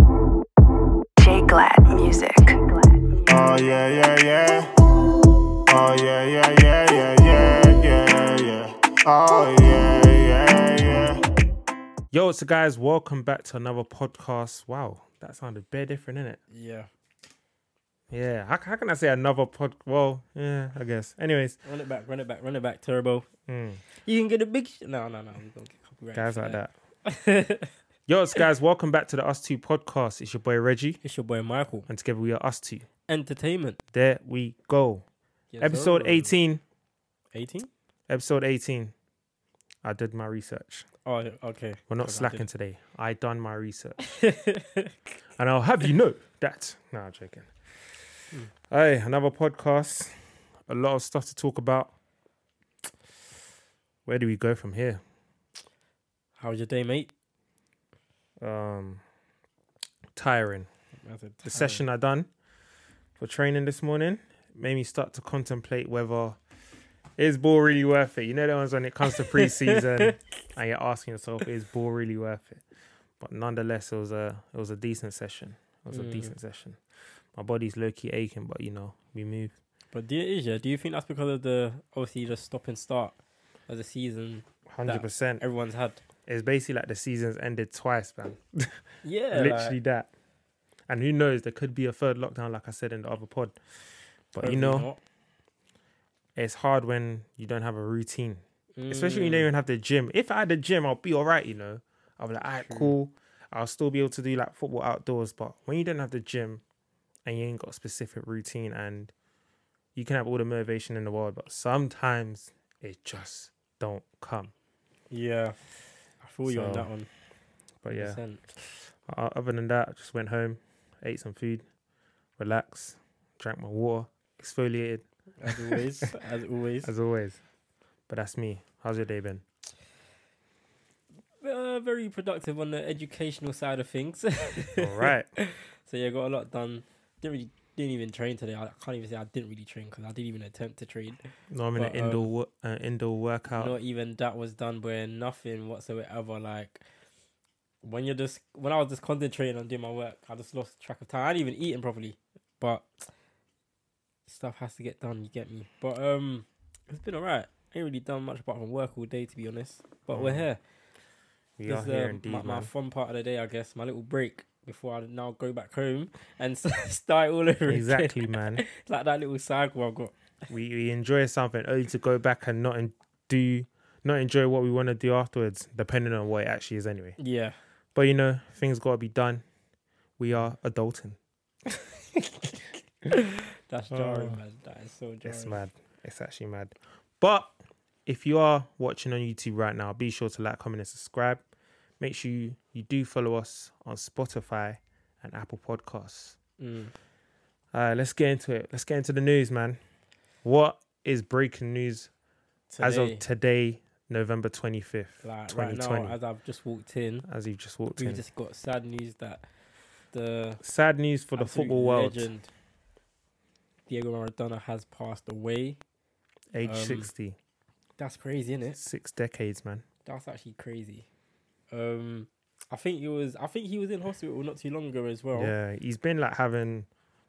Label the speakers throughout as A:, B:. A: Oh, yeah, yeah, yeah. Oh, yeah, yeah, yeah, yeah, yeah, yeah, yeah. Oh, yeah, yeah, yeah.
B: Yo, what's up, guys? Welcome back to another podcast. Wow, that sounded bare different, innit?
C: Yeah.
B: Yeah, how, how can I say another pod? Well, yeah, I guess. Anyways,
C: Run it back, run it back, run it back, turbo.
B: mm,
C: You can get a big sh- No, no, no. We're going to get copyright.
B: guys like that.
C: that.
B: Yo, what's up, guys? Welcome back to the Us Two podcast. It's your boy Reggie,
C: it's your boy Michael.
B: and together we are Us Two.
C: Entertainment.
B: There we go.
C: Yes,
B: Episode
C: sir.
B: 18.
C: 18?
B: Episode 18. I did my research.
C: Oh, yeah, okay.
B: We're not
C: 'Cause I
B: slacking today. I done my research.
C: didn't.
B: And I'll have you know that. Nah, I'm joking. Hey, another podcast. A lot of stuff to talk about. Where do we go from here?
C: How was your day, mate?
B: Um tiring.
C: That's a
B: The session I done for training this morning made me start to contemplate whether is ball really worth it? You know the ones when it comes to preseason and you're asking yourself, is ball really worth it? But nonetheless, it was a it was a decent session. It was a
C: Mm.
B: decent session. My body's low key aching, but you know, we move.
C: But do you, yeah, do you think that's because of the obviously the stop and start of the season
B: Hundred percent.
C: everyone's had?
B: It's basically like the season's ended twice, man.
C: Yeah,
B: Literally that. And who knows? There could be a third lockdown, like I said in the other pod. But you know, it's hard when you don't have a routine,
C: Mm.
B: especially when you don't even have the gym. If I had the gym, I'll be all right. You know, I'll be like, all right, cool. I'll still be able to do like football outdoors. But when you don't have the gym and you ain't got a specific routine, and you can have all the motivation in the world, but sometimes it just don't come.
C: Yeah, I feel you on
B: So,
C: that one.
B: But yeah.
C: 100%.
B: Uh, other than that, I just went home, ate some food, relaxed, drank my water, exfoliated
C: as always, as always.
B: as always. But that's me. How's your day been?
C: uh, very productive on the educational side of things.
B: All right.
C: so yeah, got a lot done. Didn't really, didn't even train today. I can't even say I didn't really train because I didn't even attempt to train.
B: No, I'm in an
C: But,
B: indoor wo- uh, indoor workout.
C: Not even that was done, but nothing whatsoever. Like when you're just when I was just concentrating on doing my work, I just lost track of time. I didn't even eating properly, but stuff has to get done. You get me? But um, it's been alright. Ain't really done much apart from work all day, to be honest. But we're
B: Mm.
C: here.
B: we
C: This
B: are
C: is
B: here
C: um,
B: indeed,
C: my, my
B: man.
C: fun part of the day, I guess. My little break before I now go back home and start all over again.
B: Exactly, man.
C: It's like that little cycle I've got.
B: We we enjoy something only to go back and not en- do not enjoy what we want to do afterwards, depending on what it actually is anyway.
C: Yeah.
B: But you know, things gotta be done. We are adulting.
C: That's jarring,
B: Oh.
C: man. That is so jarring.
B: It's mad. It's actually mad. But if you are watching on YouTube right now, be sure to like, comment, and subscribe. Make sure you, you do follow us on Spotify and Apple Podcasts.
C: Mm.
B: Uh, let's get into it. Let's get into the news, man. What is breaking news as
C: Today,
B: of today, November 25th,
C: like, right
B: 2020?
C: now, as I've just walked in,
B: as you've just walked
C: we've
B: in.
C: just got sad news that the
B: Sad news for the
C: absolute
B: football world.
C: legend, Diego Maradona has passed away.
B: Age
C: um,
B: 60.
C: That's crazy, isn't it?
B: Six decades, man.
C: That's actually crazy. Um, I think he was. I think he was in hospital not too long ago as well.
B: Yeah, he's been like having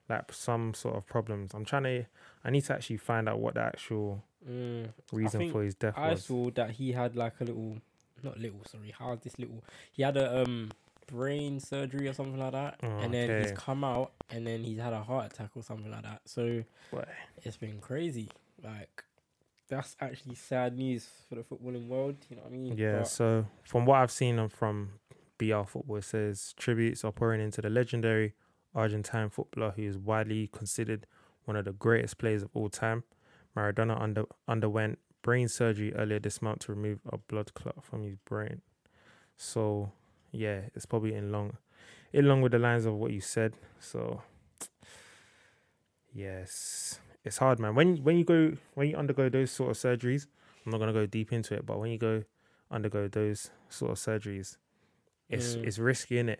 B: like some sort of problems. I'm trying to. I need to actually find out what the actual
C: Mm,
B: reason
C: think
B: for his death
C: I
B: was.
C: saw that he had like a little, not little. Sorry, how is this little? He had a um brain surgery or something like that,
B: Oh,
C: and then he's
B: okay.
C: come out, and then he's had a heart attack or something like that. So
B: Boy.
C: it's been crazy. Like that's actually sad news for the footballing world. You know what I mean?
B: Yeah.
C: But
B: So from what I've seen and from BR Football, it says tributes are pouring into the legendary Argentine footballer who is widely considered one of the greatest players of all time. Maradona under, underwent brain surgery earlier this month to remove a blood clot from his brain. So yeah, it's probably in long, in along with the lines of what you said. So yes, it's hard, man. When when you go when you undergo those sort of surgeries, I'm not gonna go deep into it, but when you go undergo those sort of surgeries, it's
C: Mm.
B: it's risky, innit?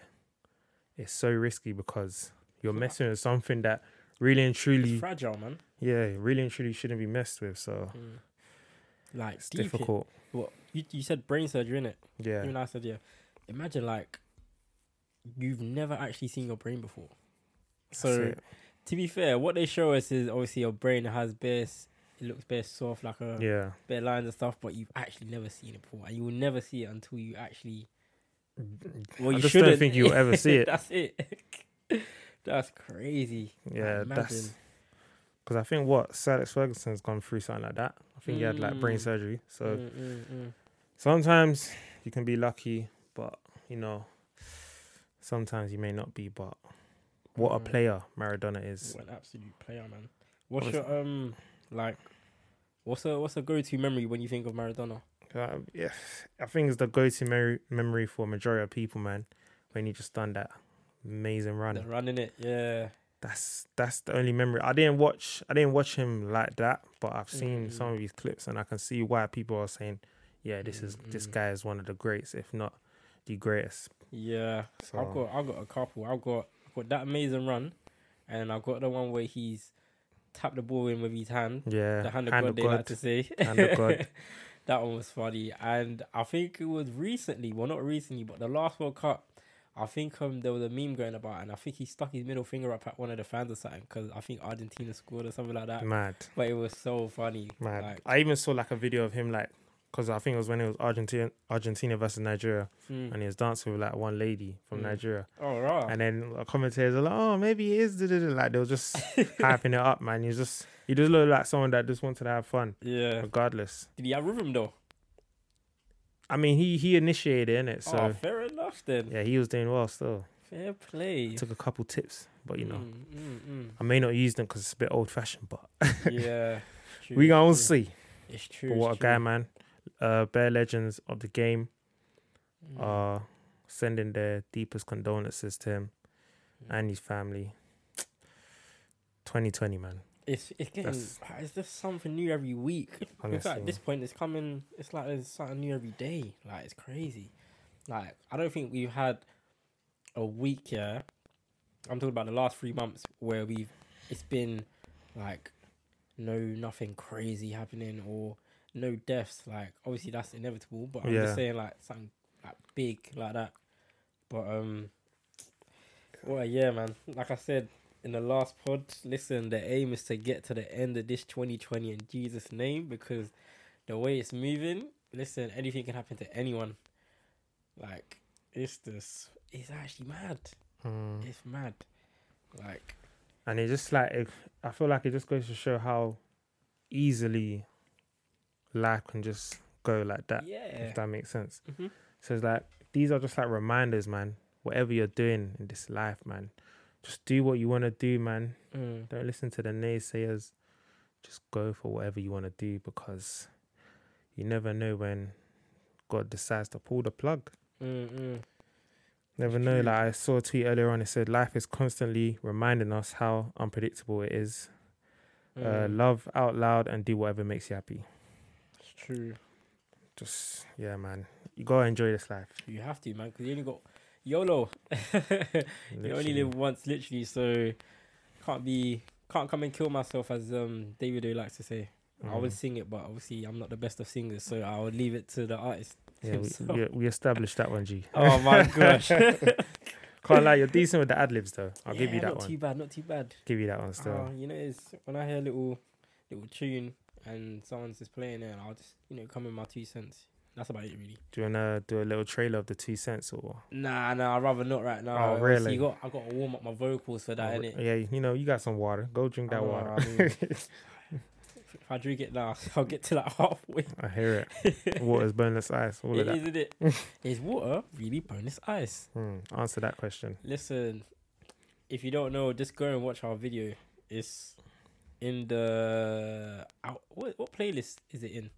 B: It's so risky because you're messing with something that really and
C: it's
B: truly,
C: fragile, man.
B: yeah, really and truly shouldn't be messed with. So
C: Mm. Like
B: it's
C: deep in-
B: difficult.
C: What you you said brain surgery, innit?
B: Yeah,
C: Even I said, yeah. Imagine like you've never actually seen your brain before.
B: that's
C: so
B: it.
C: to be fair, what they show us is obviously your brain has best. It looks best soft, like a
B: Yeah.
C: bare lines and stuff, but you've actually never seen it before, and you will never see it until you actually. Well,
B: I
C: you
B: just don't
C: shouldn't
B: think you'll ever see it.
C: That's it. that's crazy.
B: Yeah, that's
C: Imagine.
B: because I think what Sir Alex Ferguson's gone through something like that. I think he had like brain
C: Mm.
B: surgery. So
C: Mm, mm, mm.
B: sometimes you can be lucky, but you know, sometimes you may not be. But what a
C: Mm.
B: player Maradona is.
C: What an absolute player, man. What's
B: Honestly.
C: your um like? What's a what's a go to memory when you think of Maradona?
B: Um, yeah, I think it's the go-to memory, memory for majority of people, man. When you just done that amazing run,
C: The running it, yeah.
B: that's that's the only memory. I didn't watch, I didn't watch him like that, but I've seen
C: Mm.
B: some of his clips, and I can see why people are saying, "Yeah, this is this
C: Mm.
B: guy is one of the greats, if not the greatest."
C: Yeah,
B: So
C: I've got I've got a couple. I've got I've got that amazing run, and I've got the one where he's tapped the ball in with his hand,
B: yeah,
C: the hand of God they like to say.
B: Hand of God.
C: that one was funny, and I think it was recently. Well, not recently, but the last World Cup. I think um there was a meme going about, and I think he stuck his middle finger up at one of the fans or something because I think Argentina scored or something like that.
B: mad,
C: But it was so funny.
B: Mm. mad.
C: Like,
B: I even saw like a video of him like. Cause I think it was when it was Argentina, Argentina versus Nigeria,
C: mm.
B: and he was dancing with like one lady from
C: Mm.
B: Nigeria,
C: oh, right.
B: And then a commentators are like, oh, maybe it is. da, da, da," Like they were just hyping it up, man. You just you just look like someone that just wanted to have fun,
C: yeah.
B: regardless.
C: Did he have rhythm though?
B: I mean, he he initiated in it, so
C: oh, fair enough then.
B: yeah, he was doing well. Still
C: Fair play.
B: took a couple tips, but you know,
C: Mm, mm,
B: I may not use them because it's a bit old fashioned. But
C: mm. yeah. True,
B: we gonna
C: true.
B: see.
C: It's true.
B: But what a
C: it's
B: guy,
C: true.
B: man! Uh, bare legends of the game
C: Mm,
B: are sending their deepest condolences to him
C: mm.
B: and his family. 2020, man.
C: It's it's getting
B: That's-
C: it's just something new every week. In fact,
B: Honestly.
C: at this point, it's coming. It's like there's something new every day. Like it's crazy. Like I don't think we've had a week. Yeah, I'm talking about the last three months where we've it's been like no nothing crazy happening or no deaths. Like obviously that's inevitable, but I'm
B: Yeah.
C: just saying like something like big like that. But um, well yeah, man. Like I said, in the last pod, listen, the aim is to get to the end of this 2020 in Jesus' name because the way it's moving, listen, anything can happen to anyone. Like, it's this, it's actually mad.
B: Mm.
C: It's mad. Like,
B: and it just like it, I feel like it just goes to show how easily life can just go like that.
C: yeah.
B: If that makes sense.
C: Mhm.
B: So it's like these are just like reminders, man. Whatever you're doing in this life, man, just do what you want to do, man.
C: Mm.
B: Don't listen to the naysayers. Just go for whatever you want to do because you never know when God decides to pull the plug.
C: Mm, mm.
B: Never
C: It's
B: know.
C: true.
B: Like I saw a tweet earlier on. It said life is constantly reminding us how unpredictable it is. Uh,
C: mm.
B: love out loud and do whatever makes you happy.
C: It's true.
B: Just yeah, man. You gotta enjoy this life.
C: You have to, man, because you only got YOLO. you only
B: literally.
C: live once, literally. So, can't be, can't come and kill myself, as um David O likes to say. I would
B: Mm.
C: sing it, but obviously I'm not the best of singers, so I would leave it to the artist
B: Yeah,
C: himself.
B: we, we, we established that one, G.
C: Oh my gosh!
B: Can't lie, you're decent with the ad libs though. I'll give
C: Yeah,
B: you that
C: Not
B: one.
C: too bad. Not too bad.
B: Give you that one still.
C: Ah, you know, it's when I hear a little, little tune and someone's just playing it, and I'll just you know come in my two cents. That's about it, really.
B: do you wanna do a little trailer of the two cents or?
C: Nah, nah, I'd rather not right now.
B: Oh,
C: Obviously,
B: really? Oh,
C: You got, I got to warm up my vocals for that,
B: or-
C: innit?
B: yeah, you know you got some water. Go drink
C: I
B: that
C: know,
B: water.
C: I mean- If I drink it now, I'll get to like halfway.
B: I hear it. Water's boneless ice. All of
C: It
B: that.
C: is, isn't it? is water really bonus ice?
B: Hmm, Answer that question.
C: Listen, if you don't know, just go and watch our video. It's in the out, what what playlist is it in?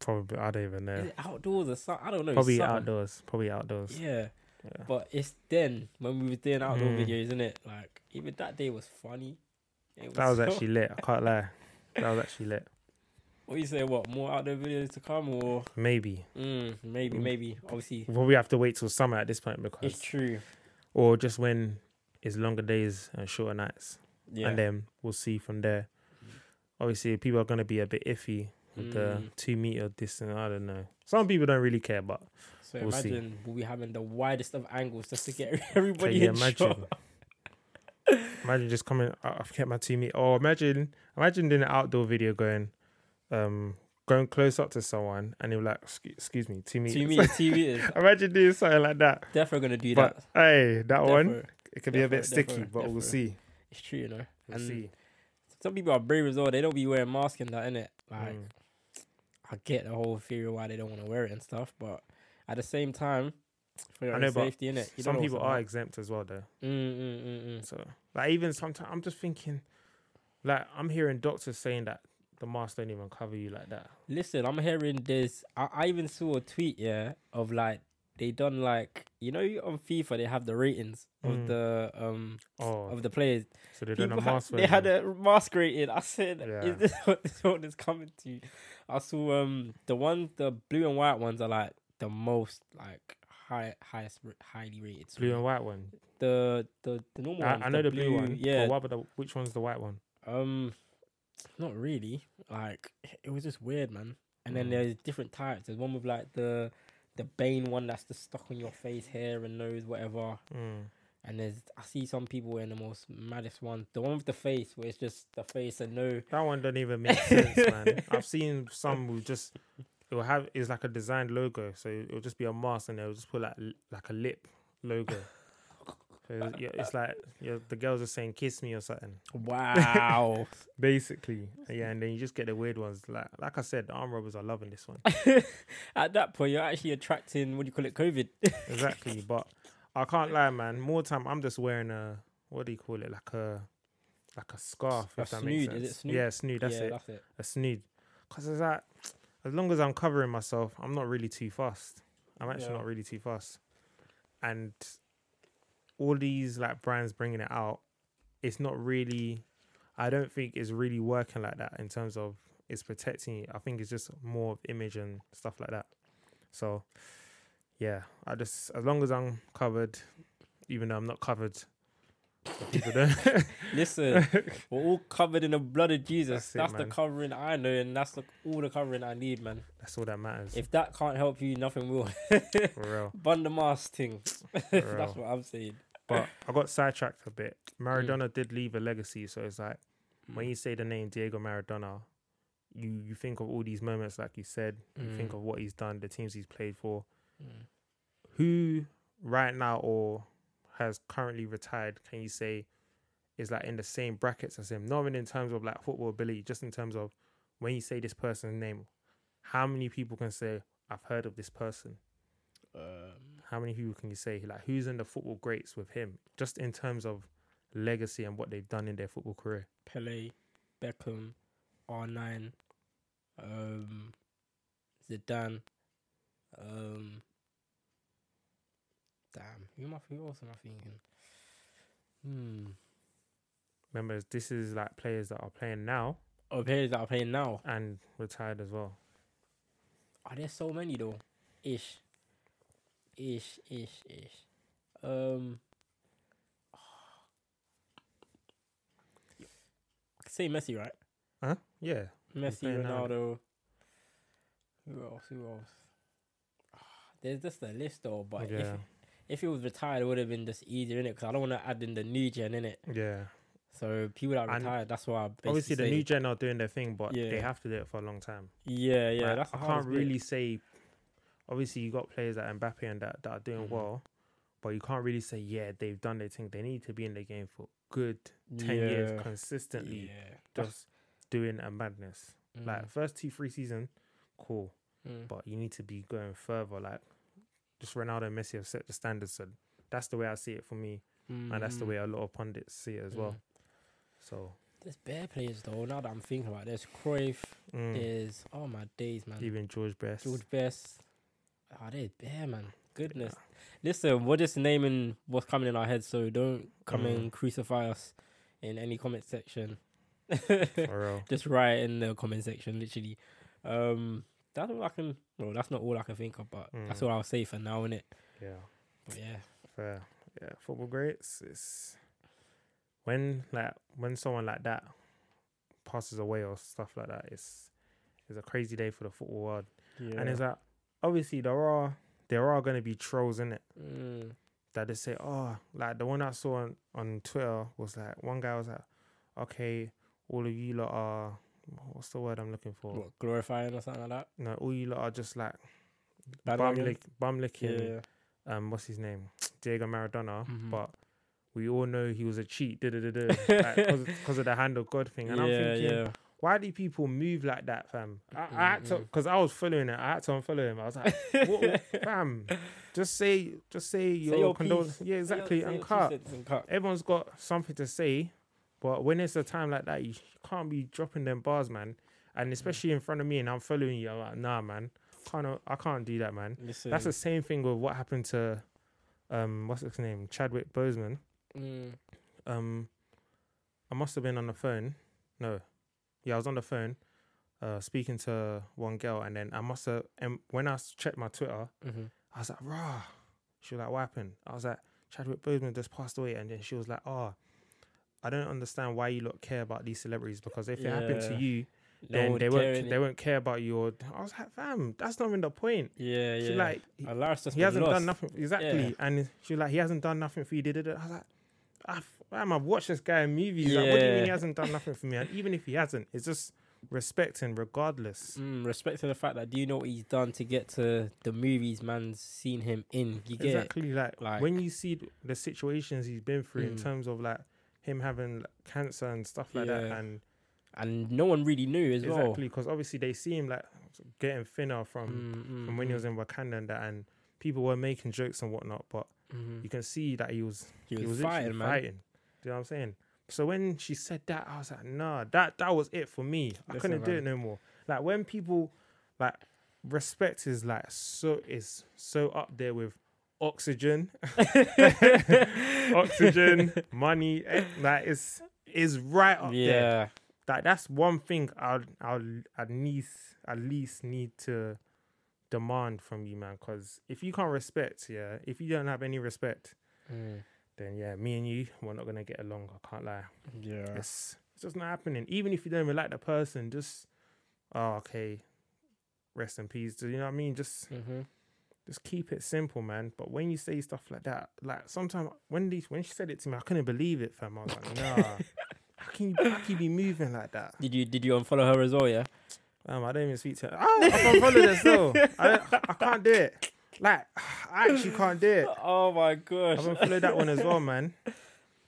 B: Probably I don't even know.
C: Is it outdoors or something? I don't know.
B: Probably
C: something.
B: outdoors. Probably outdoors.
C: Yeah,
B: Yeah.
C: but it's then when we were doing outdoor
B: Mm.
C: videos, isn't it? Like even that day was funny. It
B: That was
C: so-
B: actually lit. I can't lie. That was actually lit.
C: What you say? What more outdoor videos to come or
B: Maybe.
C: mm, maybe
B: Mm.
C: maybe obviously
B: We'll probably have to wait till summer at this point because,
C: it's true.
B: or just when it's longer days and shorter nights,
C: Yeah.
B: and then we'll see from there. Obviously, people are gonna be a bit iffy with the
C: Mm.
B: two meter distance. I don't know. Some people don't really care, but
C: so
B: we'll see.
C: imagine we'll be having the widest of angles just to get everybody
B: can you
C: in
B: imagine?
C: shot.
B: Imagine just coming. "Oh, I've kept my two meter. Or imagine, imagine doing an outdoor video going, um, going close up to someone, and you're like, "Excu- "Excuse me, two meters."
C: Two meters, two meters.
B: imagine doing something like that.
C: Definitely gonna do
B: But
C: that.
B: hey, that one
C: Defo.
B: it could be a bit
C: Defo,
B: sticky,
C: defo,
B: but we'll
C: defo.
B: see.
C: It's true, you know.
B: We'll
C: and
B: see.
C: some people are brave as well. They don't be wearing masks and that, innit? Like,
B: Mm.
C: I get the whole theory why they don't want to wear it and stuff, but at the same time, for
B: I
C: your own
B: know, but
C: safety, innit? You
B: Some
C: don't know
B: people
C: what's
B: are
C: about.
B: exempt as well, though.
C: Mm, mm, mm, mm.
B: So, like, even sometimes I'm just thinking, like, I'm hearing doctors saying that the mask don't even cover you like that.
C: Listen, I'm hearing this. I, I even saw a tweet, yeah, of like they done like you know on FIFA they have the ratings
B: Mm.
C: of the um
B: Oh,
C: of the players.
B: so they don't have
C: ha-
B: mask.
C: they had
B: version.
C: a mask rating. I said,
B: Yeah.
C: is this what this one is coming to? I saw um the ones the blue and white ones are like the most like high highest ra- highly rated.
B: blue and white one.
C: the the the normal
B: I,
C: ones,
B: I know the, blue, one.
C: Yeah.
B: But what about the, which one's the white one?
C: Um, not really. Like it was just weird, man. And then
B: Mm.
C: there's different types. There's one with like the the Bane one that's just stuck on your face, hair and nose, whatever.
B: Mm.
C: And there's I see some people wearing the most maddest one. The one with the face where it's just the face and no.
B: That one don't even make sense, man. I've seen some will just it'll have it's like a designed logo, so it'll just be a mask and they'll just put like l- like a lip logo. So it's- yeah, it's like yeah, the girls are saying "kiss me" or something,
C: Wow.
B: basically. Yeah, and then you just get the weird ones. Like like I said, the arm robbers are loving this one
C: At that point, you're actually attracting what do you call it, COVID.
B: exactly. But I can't lie, man. More time, I'm just wearing a what do you call it? Like a like a scarf.
C: A
B: if that makes
C: snood,
B: sense.
C: is it snood?
B: Yeah, snood. That's
C: yeah,
B: it.
C: that's it.
B: a snood. Cause it's like, as long as I'm covering myself, I'm not really too fast. I'm actually
C: Yeah.
B: not really too fast. And all these like brands bringing it out, it's not really. I don't think it's really working like that in terms of it's protecting you. I think it's just more of image and stuff like that. So, yeah, I just as long as I'm covered, even though I'm not covered, people don't.
C: Listen, we're all covered in the blood of Jesus.
B: That's it,
C: That's, the
B: man.
C: covering I know, and that's the, all the covering I need, man.
B: That's all that matters.
C: If that can't help you, nothing will.
B: for real.
C: Bun the mask thing.
B: real.
C: That's what I'm saying.
B: But I got sidetracked a bit. Maradona did leave a legacy, so it's like when
C: Mm.
B: you say the name Diego Maradona, you you think of all these moments, like you said, you think
C: Mm.
B: of what he's done, the teams he's played for.
C: Mm.
B: Who right now or has currently retired? Can you say is like in the same brackets as him? Not even in terms of like football ability, just in terms of when you say this person's name, how many people can say I've heard of this person?
C: Um,
B: how many people can you say like who's in the football greats with him just in terms of legacy and what they've done in their football career
C: Pele, Beckham, R9, um, Zidane. Um, damn, who am I? Who else am I thinking? Hmm.
B: remember this is like players that are playing now
C: Oh, players that are playing now.
B: and retired as well
C: Are there so many though? Ish. Ish, ish, ish. Um I could say Messi, right?
B: huh yeah
C: Messi,
B: playing now.
C: Ronaldo. Who else? Who else? There's just a list though, but if
B: yeah
C: if he was retired, it would have been just easier, innit? Because I don't want to add in the new gen, innit?
B: yeah
C: So people that are
B: And
C: retired, that's why I basically
B: obviously the
C: say-
B: new gen are doing their thing but they
C: Yeah.
B: have to do it for a long time
C: Yeah, yeah.
B: Like,
C: that's the
B: i can't
C: hardest bit.
B: really say obviously you got players like mbappe and that that are doing
C: Mhm.
B: well but you can't really say yeah they've done their thing they need to be in the game for good 10
C: Yeah,
B: years consistently
C: Yeah. That's-
B: just doing a madness Like
C: Mm,
B: first two, three season, cool.
C: mm.
B: But you need to be going further. Like just Ronaldo and Messi have set the standards. So that's the way I see it for me. And that's the
C: Mm.
B: way a lot of pundits see it as well.
C: Mm.
B: So
C: There's bare players though. Now that I'm thinking about, it. there's Cruyff.
B: mm,
C: There's oh my days, man.
B: even George Best.
C: George Best. Oh, there's bare man. Goodness. Listen, we're just naming what's coming in our heads, so don't come
B: Mm.
C: and crucify us in any comment section.
B: For real.
C: just write in the comment section, literally. Um, that's all I can. Well, that's not all I can think of, but that's
B: Mm.
C: all I'll say for now, innit?
B: Yeah.
C: But yeah.
B: Fair. Yeah. Football greats. It's when like when someone like that passes away or stuff like that, it's it's a crazy day for the football world.
C: yeah.
B: And it's like obviously there are there are gonna be trolls in it.
C: Mm.
B: that they say, oh, like the one I saw on, on Twitter was like one guy was like, okay, all of you lot are what's the word I'm looking for?
C: What, glorifying or something like that.
B: No, all you lot are just like
C: Bad
B: bum,
C: wagon?
B: lick, bum licking.
C: Yeah.
B: Um, what's his name? Diego Maradona.
C: Mhm.
B: But we all know he was a cheat, da da da da, because of the hand of God thing. And I'm
C: yeah,
B: thinking,
C: yeah.
B: why do people move like that, fam? I, I had to,
C: Mm-mm.
B: because I was following it. I had to unfollow him. I was like, what, what- fam, just say, just say your,
C: your
B: condolences.
C: piece.
B: Yeah,
C: Say your-
B: exactly.
C: say your
B: and
C: two
B: cut.
C: cents and cut.
B: Everyone's got something to say, but when it's a time like that, you can't be dropping them bars, man. And especially in front of me, and I'm following you. I'm like, nah, man, can't, I can't do that, man.
C: Listen,
B: That's the same thing with what happened to, um, what's his name, Chadwick Boseman
C: Mm,
B: um I must have been on the phone. No. Yeah, I was on the phone uh speaking to one girl and then I must have and when I s- checked my Twitter,
C: mhm.
B: I was like, rah. She was like, what happened? I was like, Chadwick Boseman just passed away and then she was like, Oh, I don't understand why you lot care about these celebrities because if it happened to
C: Yeah.
B: you,
C: No
B: then
C: one
B: they
C: would care,
B: won't
C: innit?
B: they won't care about you or I was like, fam, that's not even the point.
C: Yeah, yeah.
B: She like
C: And Lars just
B: he
C: been
B: hasn't
C: lost.
B: done nothing exactly,
C: Yeah.
B: and she was like, he hasn't done nothing for you. Did it? I was like, I've, man, I've watched this guy in movies. Like, what do you mean
C: Yeah.
B: he hasn't done nothing for me? And even if he hasn't, it's just respecting, regardless.
C: Mm, respect to the fact that do you know what he's done to get to the movies man's seen him in? You get it?
B: exactly like,
C: like-
B: when you see th- the situations he's been through in
C: Mm.
B: terms of like him having like, cancer and stuff like that,
C: Yeah.
B: and
C: and no one really knew as well.
B: exactly because obviously they see him like getting thinner from
C: Mm, mm,
B: from when he was in Wakanda and that, and people were making jokes and whatnot, but
C: mm.
B: you can see that he was
C: He was,
B: He was
C: fighting,
B: fighting,
C: man.
B: fighting. Do you know what I'm saying? So when she said that, I was like, nah, that that was it for me. I
C: Listen,
B: couldn't do
C: man.
B: it no more. Like when people like respect is like so is so up there with oxygen, oxygen, money. eh, Like it's is right up there.
C: Yeah,
B: Like that's one thing I'll I'll at least at least need to demand from you, man. Because if you can't respect, yeah, if you don't have any respect,
C: Mm,
B: then yeah, me and you, we're not gonna get along. I can't lie.
C: yeah.
B: It's it's just not happening. Even if you don't even like the person, just oh okay, rest in peace. Do you know what I mean? Just
C: Mhm.
B: just keep it simple, man. But when you say stuff like that, like sometimes when these when she said it to me, I couldn't believe it, fam. I was like, nah. How can, you, how can you be moving like that?
C: Did you did you unfollow her as well? Yeah.
B: Um, I don't even speak to her. Oh, I'm unfollowed her still. I, don't- I can't do it. Like, I actually can't do it.
C: Oh my gosh.
B: I've unfollowed that one as well, man.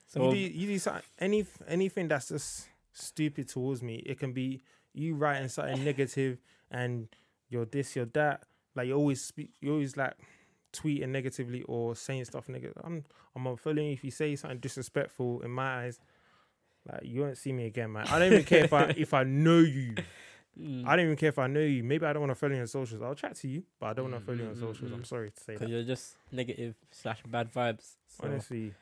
C: So
B: you do, you do something, any anything that's just stupid towards me. It can be you writing something negative and you're this, you're that. Like you always speak, you always like tweeting negatively or saying stuff negative. I'm I'm unfollowing you if you say something disrespectful in my eyes. Like you won't see me again, man. I don't even care if I if I know you.
C: Mm.
B: I don't even care if I know you. Maybe I don't want to follow you on socials. I'll chat to you, but I don't want to
C: Mm,
B: follow you on
C: mm, mm,
B: socials.
C: mm.
B: I'm sorry to say
C: Because
B: that.
C: you're just negative slash bad vibes. So,
B: Honestly,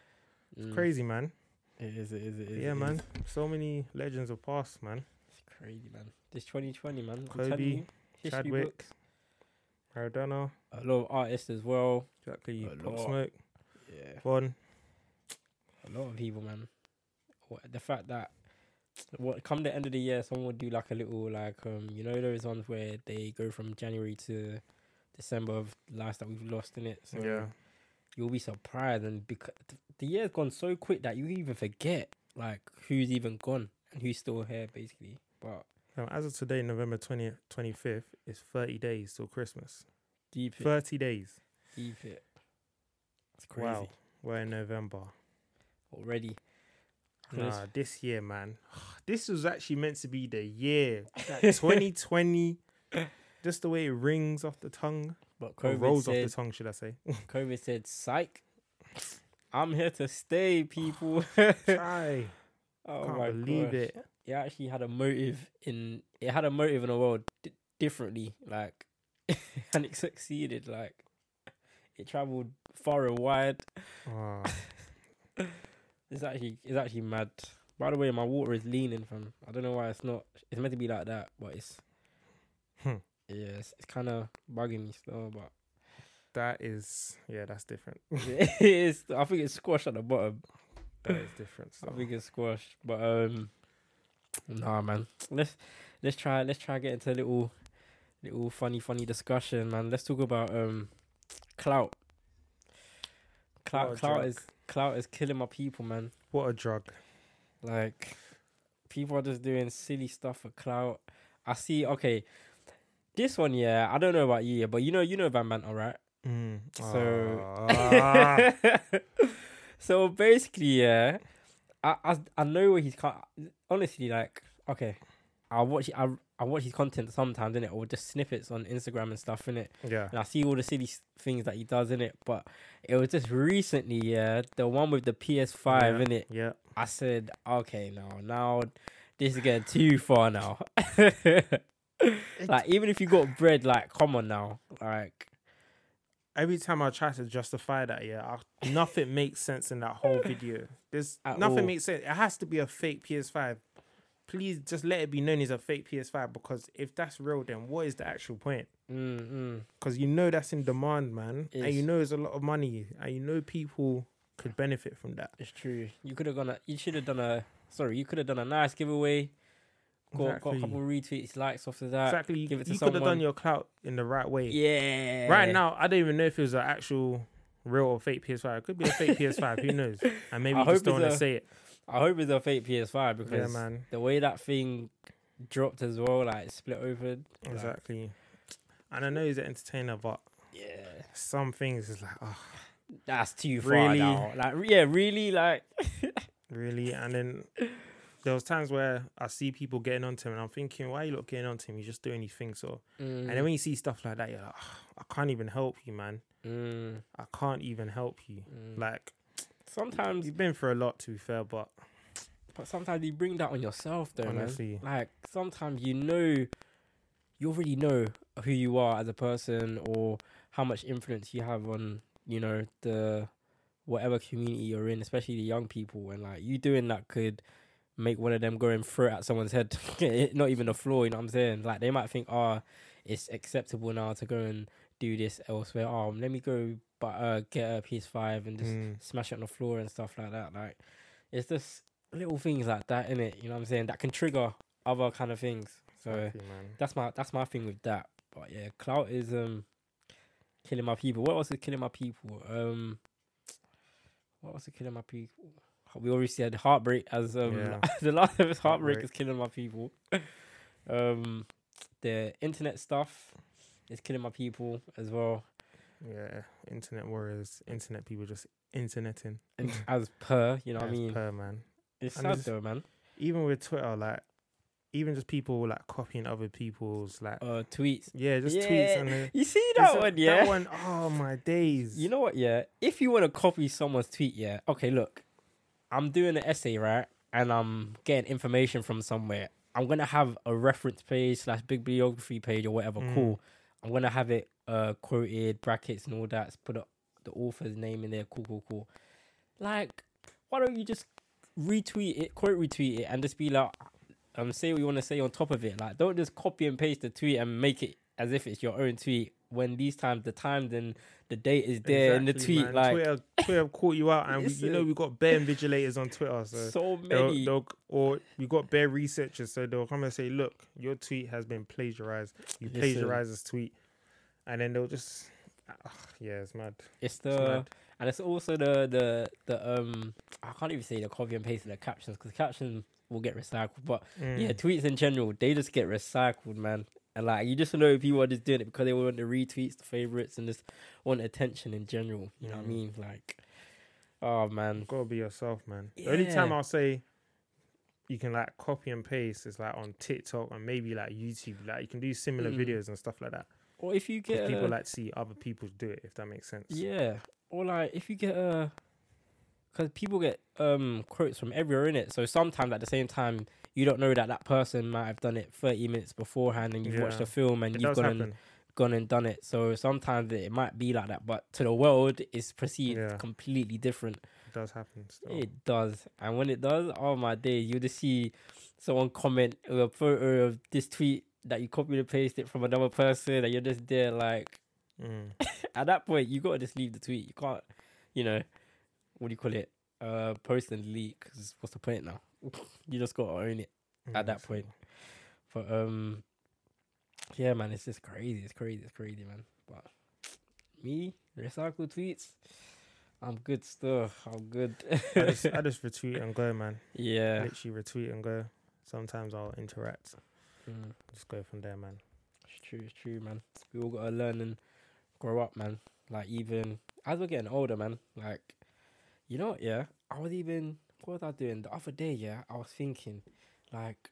C: mm,
B: crazy man.
C: It is. It is. It is.
B: yeah,
C: it
B: man.
C: is.
B: So many legends have passed, man.
C: It's crazy, man. This 2020, man. I'm
B: Kobe,
C: telling you, history
B: Chadwick.
C: book.
B: Maradona,
C: A lot of artists as well.
B: exactly.
C: A
B: Pop
C: lot.
B: Smoke,
C: Yeah.
B: Von.
C: A lot of people, man. What the fact that what come the end of the year, someone would do like a little like um you know those ones where they go from January to December of lives that we've lost in it. So
B: Yeah.
C: you'll be surprised and because the year's gone so quick that you even forget like who's even gone and who's still here basically. But
B: Um, as of today, November 20th, 25th, it's 30 days till Christmas.
C: deep it,
B: 30 days.
C: deep it. It's crazy
B: Wow. We're in November.
C: already. And it's-
B: Nah, this year, man. This was actually meant to be the year. Like 2020. Just the way it rings off the tongue.
C: But
B: Or
C: COVID
B: rolls off the
C: said,
B: tongue, should I say.
C: COVID said, "Psych, I'm here to stay, people."
B: Try.
C: Oh
B: Can't
C: my
B: believe
C: gosh.
B: it.
C: It actually had a motive in it had a motive in the world d- differently, like, and it succeeded. Like, it traveled far and wide.
B: Ah,
C: It's actually it's actually mad. By the way, my water is leaning from. I don't know why it's not. It's meant to be like that, but it's
B: Hmm.
C: yeah, it's, it's kind of bugging me still. But
B: that is, yeah, that's different.
C: it is. I think it's squash at the bottom.
B: That is different.
C: I
B: stuff.
C: think it's squash, but um, nah, man. Let's let's try let's try get into a little little funny funny discussion, man. Let's talk about um clout.
B: What
C: clout,
B: a
C: clout
B: drug.
C: is clout is killing my people, man.
B: What a drug.
C: Like, people are just doing silly stuff for clout. I see. Okay, this one, yeah. I don't know about you, yeah, but you know, you know Van Banter, right?
B: Mm.
C: So-
B: Ah.
C: so basically, yeah, I, I I know where he's co- honestly like okay, I watch I I watch his content sometimes in it or just snippets on Instagram and stuff in it,
B: yeah.
C: and I see all the silly s- things that he does in it. But it was just recently, yeah, the one with the PS Five
B: Yeah.
C: in it.
B: Yeah.
C: I said, okay, now now this is getting too far now. like even if you got bread, like come on now, like
B: Every time I try to justify that, yeah, I, nothing makes sense in that whole video. There's
C: At
B: nothing
C: all.
B: makes sense. It has to be a fake PS5. Please just let it be known as a fake PS5 because if that's real, then what is the actual point?
C: mm, mm,
B: Because you know that's in demand, man, and
C: Is.
B: you know it's a lot of money, and you know people could benefit from that.
C: It's true. You could have gone. A, you should have done a. Sorry, you could have done a nice giveaway. Got, got
B: Exactly.
C: a couple retweets, likes off of that.
B: exactly.
C: Uh, Give it to
B: you could
C: someone.
B: have done your clout in the right way.
C: yeah.
B: Right now, I don't even know if it was an actual real or fake PS5. It could be a fake PS5. Who knows? And maybe
C: I
B: you just
C: hope
B: don't
C: it's
B: want to
C: a-
B: say it.
C: I hope it's a fake PS5
B: Yeah,
C: because
B: man.
C: the way that thing dropped as well, like split open. like,
B: Exactly. And I know he's an entertainer, but
C: yeah,
B: some things is like, oh,
C: that's too
B: Really?
C: far now. Like, yeah, really, like,
B: really? And then there was times where I see people getting onto him, and I'm thinking, why are you not getting onto him? You're just doing these things. So, and then when you see stuff like that, you're like, "Ah, I can't even help you, man.
C: Mm,
B: I can't even help you.
C: mm.
B: Like,
C: sometimes,
B: you've been through a lot, to be fair, but
C: but sometimes you bring that on yourself, though, man.
B: honestly,
C: like sometimes you know you already know who you are as a person or how much influence you have on you know the whatever community you're in especially the young people and like you doing that could make one of them go and throw it at someone's head not even the floor you know what i'm saying like they might think oh it's acceptable now to go and do this elsewhere oh let me go but uh get a ps5 and just
B: mm,
C: smash it on the floor and stuff like that. Like it's just little things like that in it. You know what I'm saying? That can trigger other kind of things. So
B: exactly, man.
C: that's my that's my thing with that. But yeah, clout is um killing my people. What else is killing my people? Um, what else is killing my people? We already said heartbreak as um
B: Yeah.
C: the last of us heartbreak,
B: Heartbreak.
C: is killing my people. um, the internet stuff is killing my people as well.
B: Yeah, internet warriors, internet people just interneting.
C: And as per, you know what I
B: That's
C: mean?
B: per man.
C: It's
B: And
C: sad
B: it's-
C: though, man.
B: Even with Twitter, like even just people like copying other people's like
C: uh tweets.
B: yeah, just tweets
C: yeah.
B: and then-
C: You see that
B: There's a-
C: one, yeah?
B: That one, oh my days.
C: You know what, yeah? If you want to copy someone's tweet, yeah. Okay, look. I'm doing an essay, right? And I'm getting information from somewhere. I'm gonna have a reference page slash bibliography page or whatever.
B: Mm.
C: Cool. I'm gonna have it uh quoted, brackets and all that. Put up the author's name in there. Cool, cool, cool. Like, why don't you just retweet it, quote retweet it, and just be like, um, say what you want to say on top of it. Like, don't just copy and paste the tweet and make it as if it's your own tweet. When these times, the times and the date is there in the
B: Exactly,
C: tweet.
B: man.
C: Like,
B: Twitter, Twitter caught you out, and we, you know
C: Listen.
B: we got bear invigilators on Twitter, so.
C: so
B: They'll,
C: many.
B: they'll- or we got bear researchers, so they'll come and say, "Look, your tweet has been plagiarized. You
C: Listen.
B: plagiarized this tweet," and then they'll just, ugh, yeah, it's mad.
C: It's
B: It's
C: the
B: mad.
C: and it's also the the the um. I can't even say the copy and paste of the captions because captions will get recycled. But
B: Mm.
C: yeah, tweets in general, they just get recycled, man. And like you just know people are just doing it because they want the retweets, the favorites, and just want attention in general. You know what I
B: Mm.
C: mean? Like, oh man,
B: gotta be yourself, man. The only time
C: Yeah.
B: I'll say you can like copy and paste is like on TikTok and maybe like YouTube. Like you can do similar
C: Mm.
B: videos and stuff like that.
C: or if you
B: 'Cause
C: get
B: people
C: a-
B: like to see other people do it, if that makes sense.
C: Yeah, or like if you get a, because people get um quotes from everywhere in it. So sometimes at the same time, you don't know that that person might have done it thirty minutes beforehand, and you've watched
B: Yeah.
C: the film and
B: It
C: you've
B: does
C: gone
B: happen.
C: and, gone and done it. So sometimes it might be like that, but to the world, it's perceived
B: Yeah.
C: completely different.
B: It does happen. Still.
C: It does, and when it does, oh my days, you just see someone comment with a photo of this tweet that you copied and pasted from another person, and you're just there like
B: Mm.
C: at that point you gotta just leave the tweet. You can't, you know, what do you call it? Uh, post and leak. 'cause what's the point now? you just gotta own it
B: Yeah,
C: at that
B: so-
C: point. But um, yeah, man, it's just crazy. It's crazy. It's crazy, man. But me recycle tweets. I'm good still. I'm good.
B: I just, I just retweet and go, man.
C: yeah.
B: Literally retweet and go. Sometimes I'll interact.
C: Mm.
B: Just go from there, man.
C: It's true, it's true, man. We all gotta learn and grow up, man. Like even as we're getting older, man. Like, you know, what, yeah. I was even what was I doing the other day? Yeah, I was thinking, like,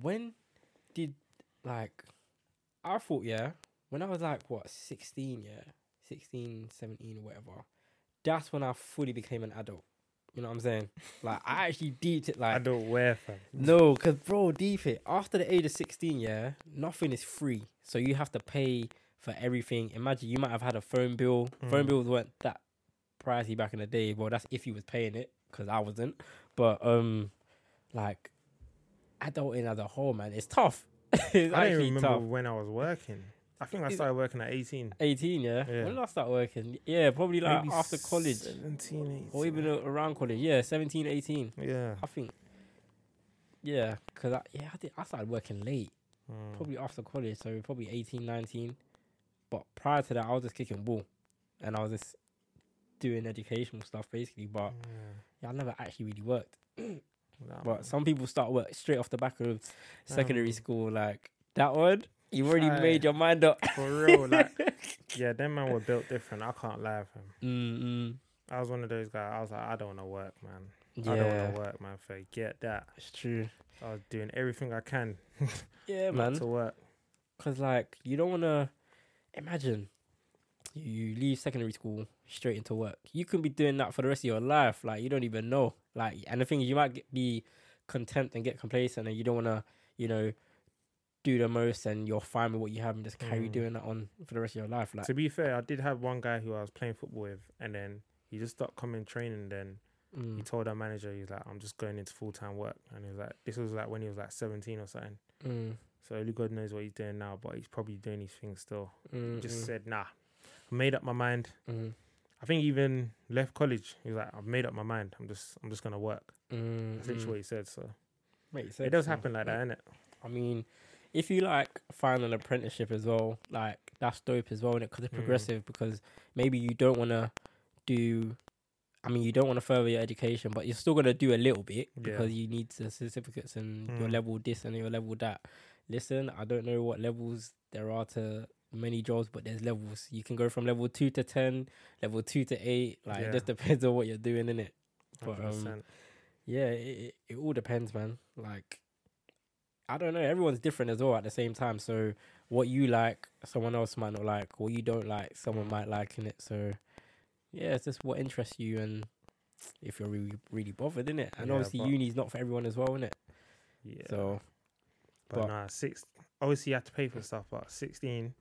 C: when did like I thought, yeah, when I was like what sixteen, yeah, 16, 17, or whatever. That's when I fully became an adult. You know what I'm saying? Like I actually deeped it. Like
B: I don't wear, fam.
C: no, because bro, deep it. After the age of sixteen, yeah, nothing is free. So you have to pay for everything. Imagine you might have had a phone bill.
B: Mm.
C: Phone bills weren't that pricey back in the day. Well, that's if you was paying it, because I wasn't. But um, like adulting as a whole, man, it's tough. it's
B: I don't
C: actually
B: even remember
C: tough.
B: when I was working. I think I
C: Is-
B: started working at 18.
C: Eighteen, yeah?
B: Yeah.
C: When did I start working? Yeah, probably like
B: Maybe
C: after college
B: 17, 18.
C: or even a- around college. Yeah, 17, 18.
B: yeah.
C: I think. Yeah, cause I, yeah, I did. I started working late.
B: Mm.
C: probably after college, so probably 18, 19. But prior to that, I was just kicking ball and I was just doing educational stuff basically.
B: Mm.
C: But
B: Yeah.
C: yeah, I never actually really worked.
B: Nah, man.
C: But some people start work straight off the back of secondary
B: Um,
C: school, like that one. You've already
B: Aye.
C: made your mind up.
B: For real, like, yeah, them man were built different. I can't lie, fam.
C: Mm-mm.
B: I was one of those guys. I was like, I don't want to work, man. I don't
C: Yeah,
B: want to work, man. Forget that.
C: it's true.
B: I was doing everything I can
C: Yeah,
B: not
C: man.
B: to work.
C: Because, like, you don't want to imagine you leave secondary school straight into work. You can be doing that for the rest of your life. Like, you don't even know. Like, and the thing is, you might get, be content and get complacent, and you don't want to, you know, do the most, and you're fine with what you have and just carry
B: Mm.
C: doing that on for the rest of your life. Like,
B: To be fair, I did have one guy who I was playing football with, and then he just stopped coming training. Then he
C: mm,
B: told our manager, he was like, I'm just going into full time work. And he was like, this was like when he was like 17 or something.
C: mm,
B: So only God knows what he's doing now, but he's probably doing his thing still.
C: mm,
B: Just
C: mm,
B: said, nah, I made up my mind.
C: mm,
B: I think he even left college. He was like, I've made up my mind. I'm just, I'm just gonna work.
C: mm,
B: That's literally
C: mm.
B: what he said. So
C: Makes
B: it
C: sense
B: does
C: now.
B: happen like that, innit?
C: I mean, if you like find an apprenticeship as well, like that's dope as well, and because it's
B: Mm.
C: progressive. Because maybe you don't want to do, I mean, you don't want to further your education, but you're still gonna do a little bit
B: Yeah.
C: because you need the certificates and your
B: Mm.
C: level this and your level that. Listen, I don't know what levels there are to many jobs, but there's levels. You can go from level two to ten, level two to eight. Like
B: Yeah.
C: it just depends on what you're doing, innit? But, um,
B: 100%.
C: Yeah, it, it, it all depends, man. Like, I don't know. Everyone's different as well at the same time. So, what you like, someone else might not like. What you don't like, someone might like in it. So, yeah, it's just what interests you and if you're really, really bothered, in it. And
B: Yeah,
C: obviously,
B: but-
C: uni's not for everyone as well, in it.
B: yeah.
C: So,
B: But,
C: But-
B: nah, six. Obviously, you have to pay for stuff. But sixteen,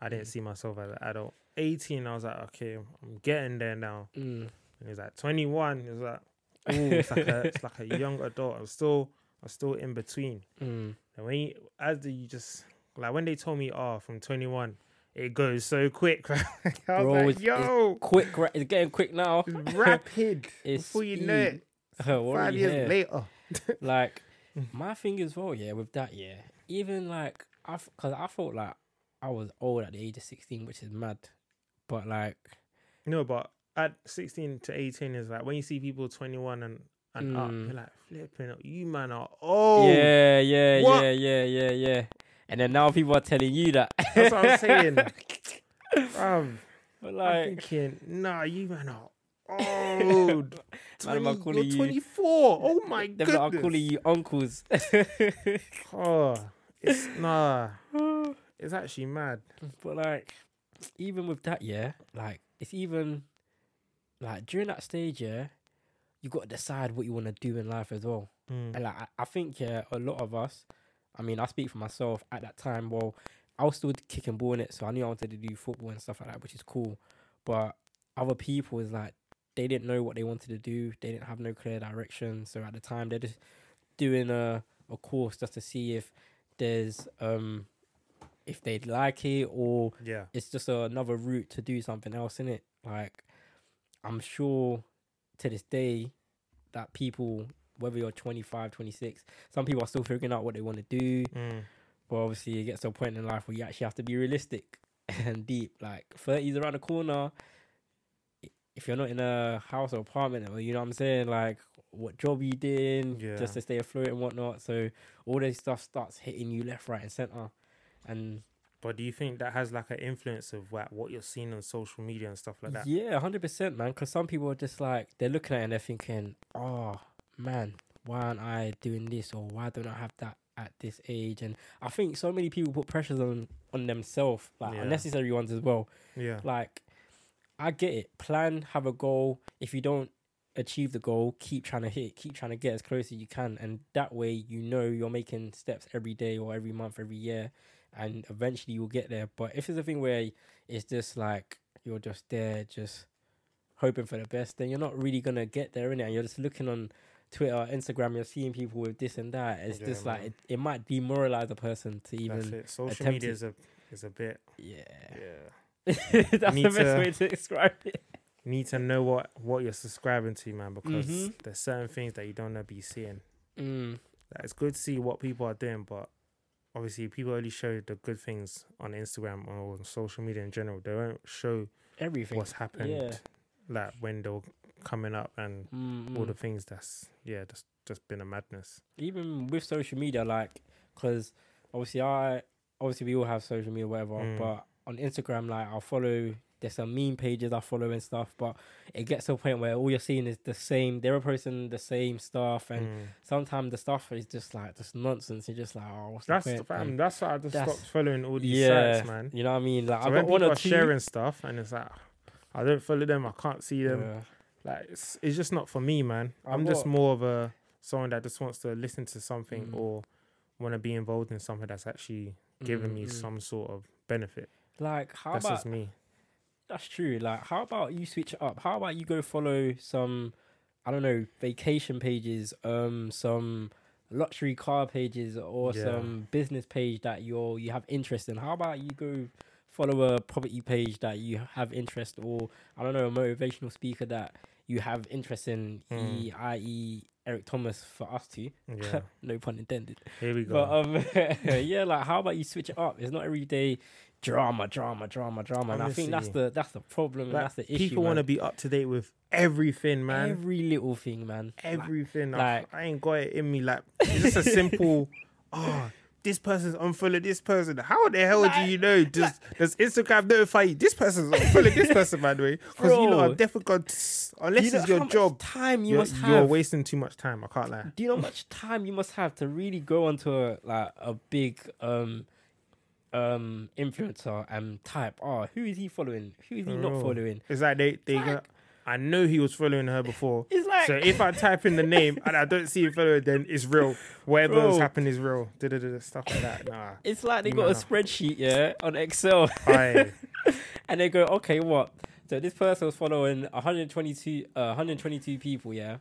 B: I didn't
C: Mm.
B: see myself as an adult. Eighteen, I was like, okay, I'm getting there now.
C: mm,
B: And he's like, twenty-one. It was like, ooh, it's like a, it's like a young adult. I'm still, I'm still in between.
C: mm,
B: And when you, as the, you just like when they told me, oh, from twenty-one, it goes so quick. I was
C: Bro,
B: like,
C: it's- it's
B: yo,
C: quick, ra- it's getting quick now.
B: it's rapid.
C: It's
B: Before you know
C: speed.
B: it,
C: What are
B: five
C: we
B: years
C: here?
B: later.
C: like my thing as well yeah with that yeah even like i because i felt like i was old at the age of 16 which is mad but like
B: No, but at 16 to 18 is like when you see people 21 and, and up,
C: Mm.
B: you're like, flipping up, you man are old.
C: yeah yeah
B: Oh, what?
C: yeah yeah yeah yeah and then now people are telling you that
B: That's what I'm saying. Bruv,
C: But
B: I'm
C: like
B: thinking, nah, you man are old.
C: Man, I'm
B: 20
C: calling
B: you're
C: you-
B: 24. Oh my
C: them that are
B: god.
C: calling you uncles
B: Oh, it's nah. It's actually mad.
C: But like, even with that, yeah, like it's even like during that stage, yeah, you got to decide what you want to do in life as well.
B: Mm.
C: And like, I, I think yeah, a lot of us. I mean, I speak for myself at that time. Well, I was still kicking ball in it, so I knew I wanted to do football and stuff like that, which is cool. But other people is like they didn't know what they wanted to do. They didn't have no clear direction. So at the time, they're just doing a a course just to see if there's um if they'd like it or
B: Yeah.
C: it's just another route to do something else in it like i'm sure to this day that people whether you're 25 26 some people are still figuring out what they want to do
B: Mm.
C: but obviously it gets to a point in life where you actually have to be realistic and deep like 30s around the corner it if you're not in a house or apartment, or you know what I'm saying, like what job you doing,
B: Yeah.
C: just to stay afloat and whatnot. So all this stuff starts hitting you left, right, and center. And
B: But do you think that has like an influence of what what you're seeing on social media and stuff like that?
C: yeah, hundred percent, man. Because some people are just like they're looking at it and they're thinking, oh man, why aren't I doing this or why don't I have that at this age? And I think so many people put pressures on on themselves, like
B: Yeah.
C: unnecessary ones as well.
B: Yeah,
C: Like, I get it. Plan, have a goal. If you don't achieve the goal, keep trying to hit, it, keep trying to get as close as you can. And that way, you know you're making steps every day or every month, every year. And eventually you'll get there. But if it's a thing where it's just like you're just there, just hoping for the best, then you're not really going to get there, innit? And you're just looking on Twitter, Instagram, you're seeing people with this and that. It's
B: Yeah,
C: just like,
B: man.
C: it, it might demoralize a person to
B: that's
C: even,
B: it. Social
C: attempted-
B: media is a is a bit.
C: yeah.
B: Yeah,
C: That's the
B: Need
C: best
B: to-
C: way to describe it.
B: need to know what what you're subscribing to, man, because
C: Mhm.
B: there's certain things that you don't know be seeing.
C: Mm.
B: Like, it's good to see what people are doing, but obviously people only show the good things on Instagram or on social media in general. They don't show
C: Everything.
B: what's happened,
C: Yeah.
B: like when they were coming up and
C: Mm,
B: all
C: mm.
B: the things that's yeah, that's just been a madness.
C: Even with social media, like, because obviously I, obviously we all have social media, whatever.
B: Mm.
C: But on Instagram, like, I follow. There's some meme pages I follow and stuff, but it gets to a point where all you're seeing is the same. They're posting the same stuff, and
B: Mm.
C: sometimes the stuff is just like just nonsense. You're just like, oh, what's
B: That's
C: the
B: the
C: point?
B: fam.
C: And
B: That's why I just
C: that's-
B: stopped following all these
C: yeah,
B: sites, man.
C: you know what I mean. Like,
B: So
C: I've
B: when
C: got one
B: people
C: or
B: are
C: two.
B: sharing stuff and it's like I don't follow them, I can't see them.
C: Yeah.
B: Like it's, it's just not for me, man.
C: I've
B: I'm just
C: got-
B: more of a someone that just wants to listen to something
C: Mm.
B: or want to be involved in something that's actually giving me
C: Mm, mm.
B: some sort of benefit.
C: Like, how
B: that's
C: about
B: just me.
C: That's true. Like, how about you switch it up? How about you go follow some, I don't know, vacation pages, um, some luxury car pages, or
B: Yeah.
C: some business page that you're you have interest in. How about you go follow a property page that you have interest, or I don't know, a motivational speaker that you have interest in,
B: Mm.
C: e, i.e. Eric Thomas for us to.
B: Yeah.
C: no pun intended.
B: Here we go.
C: But um, yeah, like how about you switch it up? It's not every day drama, drama, drama, drama. And I think that's
B: Honestly.
C: the that's the problem. and
B: Like,
C: that's the issue.
B: People want to
C: man.
B: be up to date with everything, man.
C: every little thing, man. Like,
B: everything. I-
C: like-
B: I, ain't got it in me. Like it's just a simple, oh, this person's unfollowed this person. How the hell do you know? Does does Instagram notify you? This person's unfollowed this person, by the way, because you know
C: Bro.
B: I've definitely got. Unless
C: do you know
B: it's
C: how
B: your
C: much
B: job,
C: time you
B: you're,
C: must
B: you're
C: have.
B: wasting too much time. I can't lie.
C: do you know how much time you must have to really go onto a, like a big um um influencer and type? Oh, who is he following? Who is he not
B: Bro.
C: following?
B: It's like they they.
C: Like-
B: go, I know he was following her before.
C: It's like
B: So if I type in the name and I don't see him following, then it's real. Whatever
C: Bro.
B: has happened is real. Da-da-da-da, stuff like that. Nah.
C: it's like they
B: you
C: got a
B: man up.
C: spreadsheet, yeah, on Excel.
B: Aye.
C: and they go, okay, what? So this person was following 122, uh, 122 people, yeah.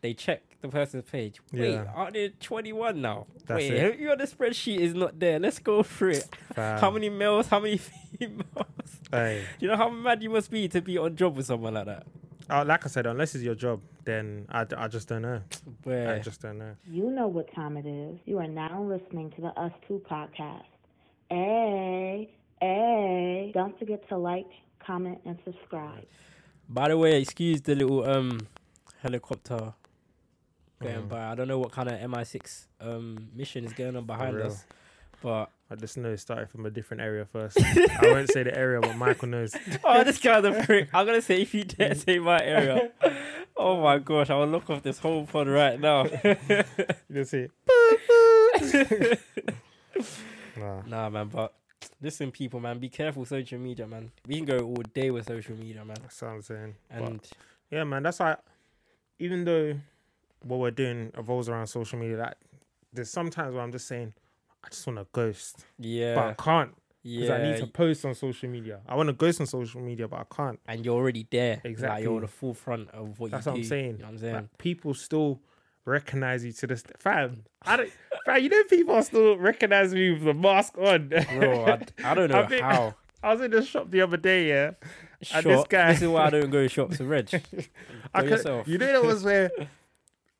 C: They check the person's page. Wait,
B: Yeah.
C: aren't there 21 now?
B: That's
C: Wait,
B: it.
C: who- you on the spreadsheet is not there. Let's go through it.
B: Fam.
C: How many males? How many females?
B: Aye.
C: you know how mad you must be to be on job with someone like that.
B: Uh, like I said, unless it's your job, then I, d- I just don't know. I
C: Where
B: just don't know.
D: You know what time it is. You are now listening to the Us Two podcast. Hey, hey. Don't forget to like, comment, and subscribe.
C: By the way, excuse the little um helicopter going
B: Mm.
C: by. I don't know what kind of MI6 um mission is going on behind
B: real.
C: us, but
B: I just know it started from a different area first. I won't say the area, but Michael knows.
C: Oh, this guy's a prick. I'm gonna say if you dare say my area. Oh my gosh, I will look off this whole pod right now.
B: You just see. Nah.
C: nah, man, but listen, people, man, be careful social media, man. We can go all day with social media, man.
B: That's what I'm saying. But-
C: And
B: yeah, man, that's why. Even though what we're doing revolves around social media, like there's sometimes where I'm just saying, I just want to ghost,
C: yeah,
B: but I can't because
C: yeah,
B: I need to post on social media. I want to ghost on social media, but I can't.
C: and you're already there. Like
B: Exactly.
C: you're on the forefront of what
B: That's
C: you
B: what I'm
C: do,
B: saying.
C: You know what I'm saying?
B: Like, people still recognize you to this fam. I don't, fam. You know, people still recognize me with the mask on.
C: Bro, I, I don't know
B: I think-
C: how.
B: I was in the shop the other day, yeah.
C: Shop.
B: And this guy-
C: is why I don't go to shops with Reg.
B: I
C: Go
B: could-
C: yourself.
B: you know that was where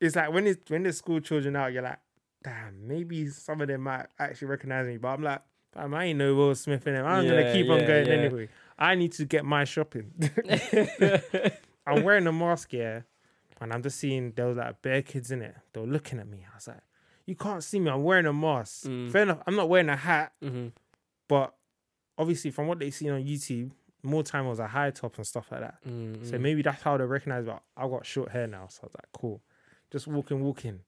B: it's like when it's when there's school children out, you're like, damn, maybe some of them might actually recognize me. But I'm like, damn, I ain't no Will Smith in them. I'm
C: Yeah,
B: gonna keep on
C: yeah,
B: going
C: yeah.
B: anyway. I need to get my shopping. I'm wearing a mask, yeah, and I'm just seeing there was like bare kids in it. They were looking at me. I was like, you can't see me. I'm wearing a mask.
C: Mm.
B: Fair enough. I'm not wearing a hat,
C: Mm-hmm.
B: but obviously from what they seen on YouTube, more time was a high top and stuff like that.
C: mm-hmm. Mm.
B: So maybe that's how they recognize. But I got short hair now, so I was like, cool. Just walking, walking.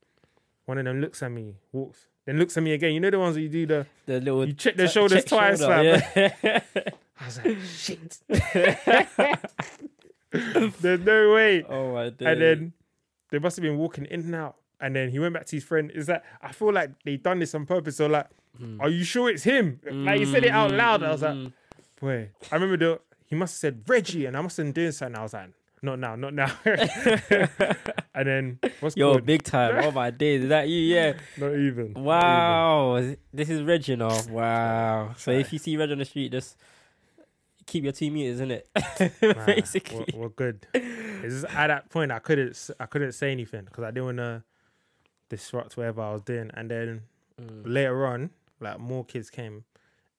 B: One of them looks at me, walks, then looks at me again. You know the ones that you do the
C: The little
B: you check their shoulders
C: check
B: twice,
C: shoulder,
B: fam.
C: yeah.
B: I was like, shit. There's no way.
C: oh my days.
B: and then they must have been walking in and out. And then he went back to his friend. Is that I feel like they done this on purpose. So like,
C: Mm.
B: are you sure it's him? Like he said it out loud. I was like, boy. I remember the he must have said Reggie, and I must have been doing something. I was like, not now, not now. and then what's
C: Mm-hmm. Yo,
B: good?
C: big time. Oh my days. Is that you? Yeah.
B: Not even. not
C: Wow. This is Reg, you know. Wow. So if you see Reg on the street, just keep your two meters, innit?
B: even. Nah, we're-
C: Basically.
B: we're, good. It's just at that point I couldn't s- I couldn't say anything because I didn't want to disrupt whatever I was doing. And then
C: Mm.
B: later on, like more kids came,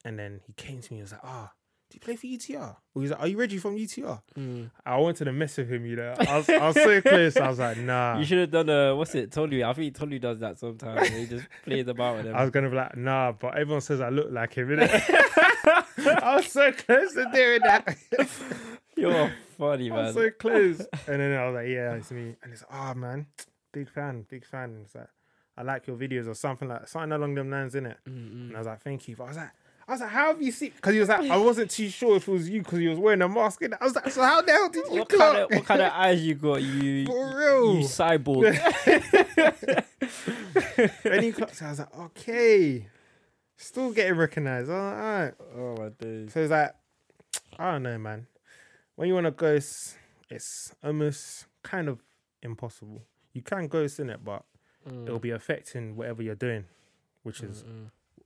B: and then he came to me. and was like, "Ah, do you play for UTR?" He was like, "Are you Reggie from UTR?"
C: Mm.
B: I wanted to mess with him, you know. I was, I was so close. I was like, "Nah."
C: You should have done a what's it? Tolu. I think Tolu does that sometimes. he just plays about with them.
B: I was gonna be like, "Nah," but everyone says I look like him. Innit? I was so close to doing that.
C: You're funny,
B: I was
C: man.
B: so close. And then I was like, yeah, it's me. And it's ah man, big fan, big fan. And it's like, I like your videos or something like something along them lines, innit? And I was like, thank you. But I was like, I was like, how have you seen? Because he was like, I wasn't too sure if it was you because he was wearing a mask. And I was like, so how the hell did you
C: what, kind
B: clock?
C: of, what kind of eyes you got? You
B: For
C: you
B: real.
C: cyborg.
B: and he clocked. So I was like, okay, still getting recognized. All right.
C: oh my days.
B: So it's like, I don't know, man. When you want to ghost, it's almost kind of impossible. You can ghost in it, but it'll
C: Mm.
B: be affecting whatever you're doing, which is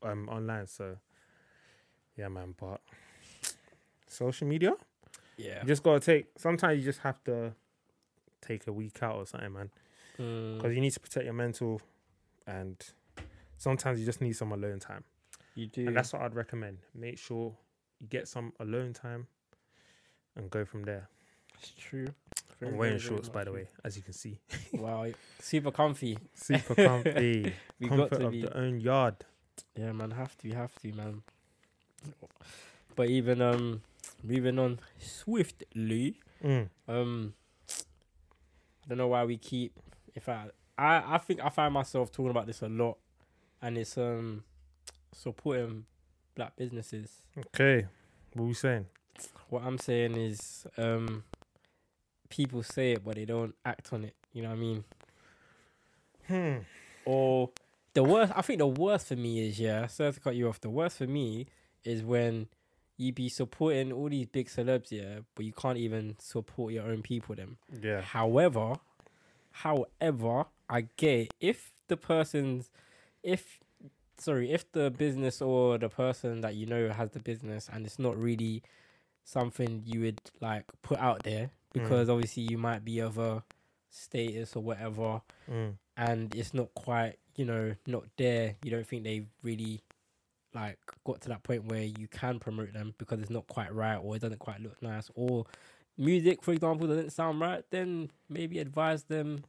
B: um online. So yeah, man. But social media,
C: Yeah.
B: you just gotta take. Sometimes you just have to take a week out or something, man,
C: Mm,
B: because you need to protect your mental, and sometimes you just need some alone time.
C: you do.
B: And that's what I'd recommend. Make sure you get some alone time and go from there.
C: It's true.
B: I'm
C: Very,
B: wearing
C: very, very
B: shorts, by
C: much
B: the
C: true.
B: way, as you can see.
C: Wow, super comfy.
B: Super comfy.
C: We got
B: Comfort
C: to
B: of
C: be.
B: the own yard.
C: Yeah, man, have to, have to, man. But even um, moving on swiftly.
B: Mm.
C: Um, I don't know why we keep. If I, I, I think I find myself talking about this a lot, and it's um, supporting black businesses.
B: Okay. What were we saying?
C: What I'm saying is, um, people say it but they don't act on it. You know what I mean?
B: Hmm.
C: or the worst I think the worst for me is yeah, sorry to cut you off. The worst for me is when you be supporting all these big celebs, yeah, but you can't even support your own people them.
B: Yeah.
C: However, however, I get it. if the person's if sorry, if the business or the person that you know has the business and it's not really something you would like put out there because obviously you might be of a status or whatever
B: Mm.
C: and it's not quite, you know, not there. You don't think they've really like got to that point where you can promote them because it's not quite right or it doesn't quite look nice or music, for example, doesn't sound right, then maybe advise them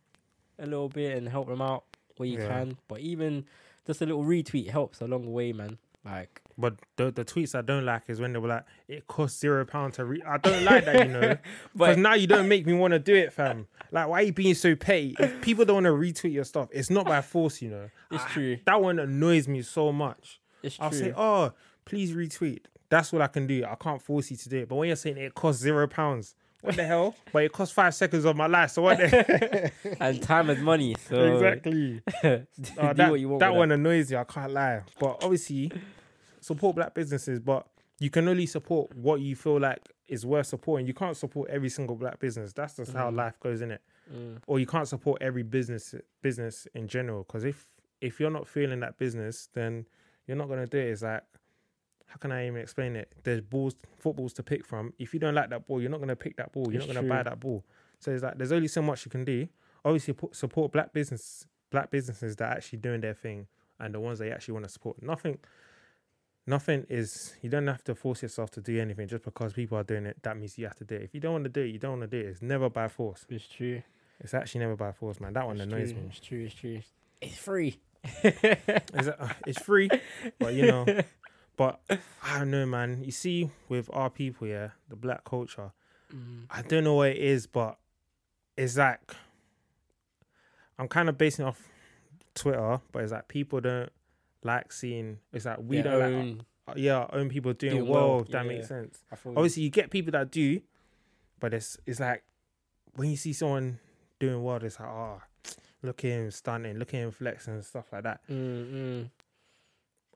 C: a little bit and help them out where you
B: Yeah.
C: can. But even just a little retweet helps along the way, man. Like
B: But the, the tweets I don't like is when they were like, it costs zero pounds to read. I don't like that, you know. Because
C: But-
B: now you don't make me want to do it, fam. Like, why are you being so petty? If people don't want to retweet your stuff, it's not by force, you know.
C: It's
B: I-
C: true.
B: That one annoys me so much.
C: it's
B: I'll
C: true.
B: say, oh, please retweet. That's all I can do. I can't force you to do it. But when you're saying it costs zero pounds, what the hell? But it costs five seconds of my life. So what? The-
C: and time is money. So
B: exactly. Uh,
C: do
B: that
C: what you want.
B: that
C: with
B: one annoys you. I can't lie. But obviously, support black businesses. But you can only support what you feel like is worth supporting. You can't support every single black business. That's just
C: Mm.
B: how life goes, in it. Or you can't support every business business in general. Because if if you're not feeling that business, then you're not gonna do it. It's like how can I even explain it? There's balls, footballs to pick from. If you don't like that ball, you're not gonna pick that ball. You're
C: It's
B: not gonna
C: true.
B: buy that ball. So it's like there's only so much you can do. Obviously, pu- support black business, black businesses that are actually doing their thing, and the ones they actually want to support. Nothing. nothing is you don't have to force yourself to do anything just because people are doing it that means you have to do it if you don't want to do it you don't want to do it it's never by force
C: It's true.
B: it's actually never by force man that one
C: It's
B: annoys
C: true.
B: me
C: It's true. It's true. It's free.
B: it's, uh, it's free but you know but i don't know man you see with our people yeah the black culture
C: Mm.
B: I don't know what it is, but it's like I'm kind of basing it off Twitter, but it's like people don't like seeing. It's like we
C: Their
B: don't like
C: own-
B: our- yeah our own people doing,
C: Doing
B: well.
C: well,
B: If that
C: yeah.
B: makes sense.
C: I feel you.
B: Obviously, you get people that do, but it's it's like when you see someone doing well, it's like oh, look at him stunning, look at him flexing and stuff like that.
C: Mm, mm.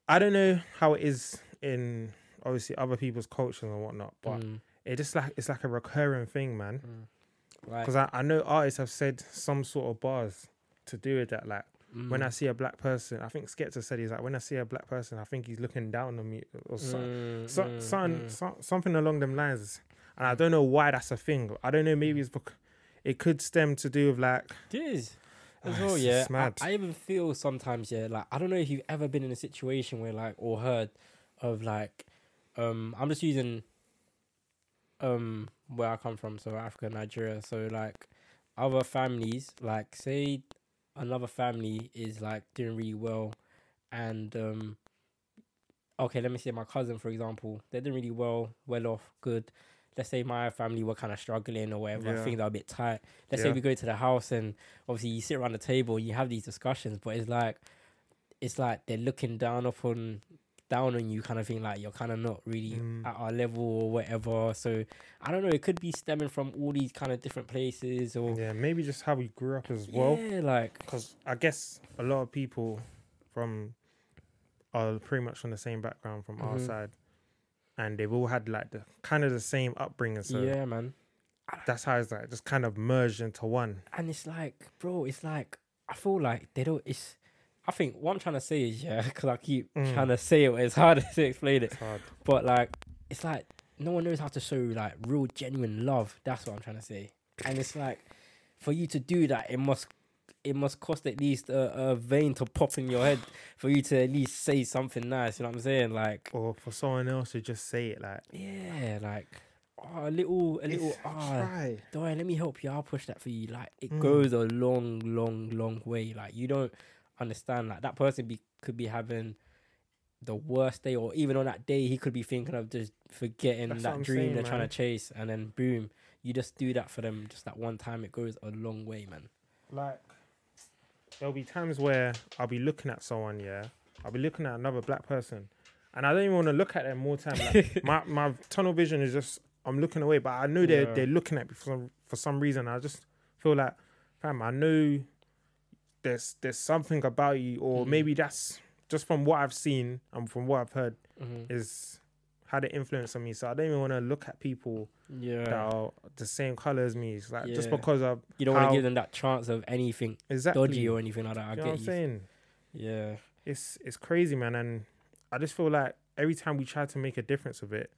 B: I don't know how it is in obviously other people's cultures and whatnot, but
C: Mm,
B: it just like it's like a recurring thing, man.
C: like,
B: Because I, I know artists have said some sort of bars to do with that. Like when
C: Mm,
B: I see a black person, I think Skepta said he's like, when I see a black person, I think he's looking down on me or something,
C: mm,
B: so,
C: mm,
B: something,
C: mm.
B: so- something along them lines. And I don't know why that's a thing. I don't know. Maybe it's because it could stem to do with like
C: It is. As
B: Ah,
C: well,
B: it's
C: yeah.
B: just mad.
C: I, I even feel sometimes, yeah, like I don't know if you've ever been in a situation where like or heard of like um I'm just using um where I come from, so Africa, Nigeria. So like other families, like say another family is like doing really well and um okay, let me say my cousin for example, they're doing really well, well off, good. Let's say my family were kind of struggling or whatever,
B: Yeah.
C: things are a bit tight. Let's say
B: Yeah.
C: we go to the house and obviously you sit around the table and you have these discussions, but it's like it's like they're looking down upon down on you kind of thing, like you're kind of not really
B: Mm.
C: at our level or whatever. So I don't know, it could be stemming from all these kind of different places or
B: yeah, maybe just how we grew up as well.
C: yeah, like
B: Because I guess a lot of people from are pretty much from the same background from our
C: Mhm.
B: side, and they've all had like the kind of the same upbringing. So
C: yeah, man.
B: that's how it's like just kind of merged into one.
C: and it's like, bro, it's like I feel like they don't. It's I think what I'm trying to say is yeah, because I keep
B: Mm.
C: trying to say it. but It's hard to explain it,
B: It's hard.
C: but like it's like no one knows how to show like real genuine love. That's what I'm trying to say. And it's like for you to do that, it must it must cost at least a, a vein to pop in your head for you to at least say something nice. You know what I'm saying? Like
B: Or for someone else to just say it like
C: yeah, like oh, a little a little
B: "If-
C: ah.
B: try."
C: don't worry, let me help you. I'll push that for you. Like it
B: Mm.
C: goes a long, long, long way. Like you don't understand. Like that person be could be having the worst day, or even on that day, he could be thinking of just forgetting
B: That's what
C: that
B: I'm
C: dream
B: saying,
C: they're trying
B: man.
C: to chase, and then boom, you just do that for them. Just that one time, it goes a long way, man.
B: Like there'll be times where I'll be looking at someone, yeah. I'll be looking at another black person, and I don't even want to look at them more time. Like, my my tunnel vision is just I'm looking away, but I know they're
C: Yeah.
B: they're looking at me for some for some reason. I just feel like, fam, I know there's there's something about you, or
C: Mm.
B: maybe that's just from what I've seen and from what I've heard. Mm-hmm.
C: Mhm.
B: is had an influence on me. So I don't even want to look at people that
C: Yeah,
B: are the same color as me. It's like just
C: Yeah.
B: because I
C: you don't want
B: how-
C: to give them that chance of anything
B: exactly
C: dodgy
B: you know
C: or anything like that. I
B: what
C: get
B: I'm
C: you.
B: saying.
C: Yeah,
B: It's it's crazy, man. And I just feel like every time we try to make a difference with it,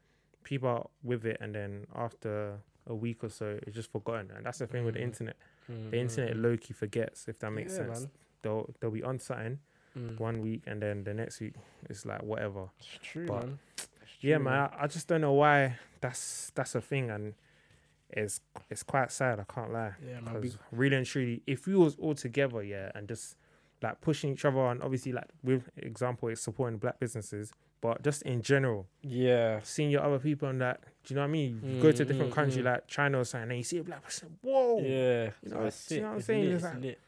B: people are with it, and then after a week or so, it's just forgotten. And that's the thing with the
C: Mm.
B: internet.
C: Mm,
B: The
C: mm,
B: internet
C: mm.
B: low key forgets if that makes
C: Yeah,
B: sense. They'll they'll be on something
C: man. Mm.
B: one week, and then the next week it's like whatever.
C: It's true,
B: but-
C: man. It's
B: yeah
C: true,
B: man I, I just don't know why that's that's a thing and it's it's quite sad i can't lie
C: Yeah, man. we-
B: because really and truly if we was all together yeah and just like pushing each other on obviously like with example it's supporting black businesses but just in general
C: Yeah.
B: seeing your other people and that do you know what i mean you go to a
C: Mm,
B: different
C: mm,
B: country
C: mm.
B: like china or something and you see a black person whoa
C: Yeah,
B: You
C: so
B: know,
C: that's
B: you
C: it.
B: know what I'm
C: It's
B: saying?
C: lit,
B: It's
C: it's
B: like-
C: lit.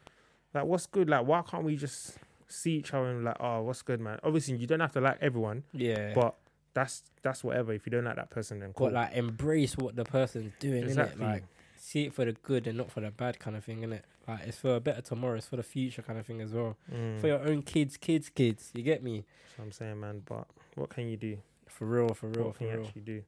B: like what's good like why can't we just see each other and like oh what's good man obviously you don't have to like everyone
C: yeah. But,
B: but that's that's whatever if you don't like that person then cool
C: like embrace what the person's doing,
B: Exactly.
C: innit? Like see it for the good and not for the bad kind of thing, innit? Like it's for a better tomorrow, it's for the future kind of thing as well.
B: Mm.
C: For your own kids, kids, kids. You get me?
B: That's what I'm saying, man. But what can you do?
C: For real, for real,
B: what
C: for
B: can you
C: real.
B: actually do?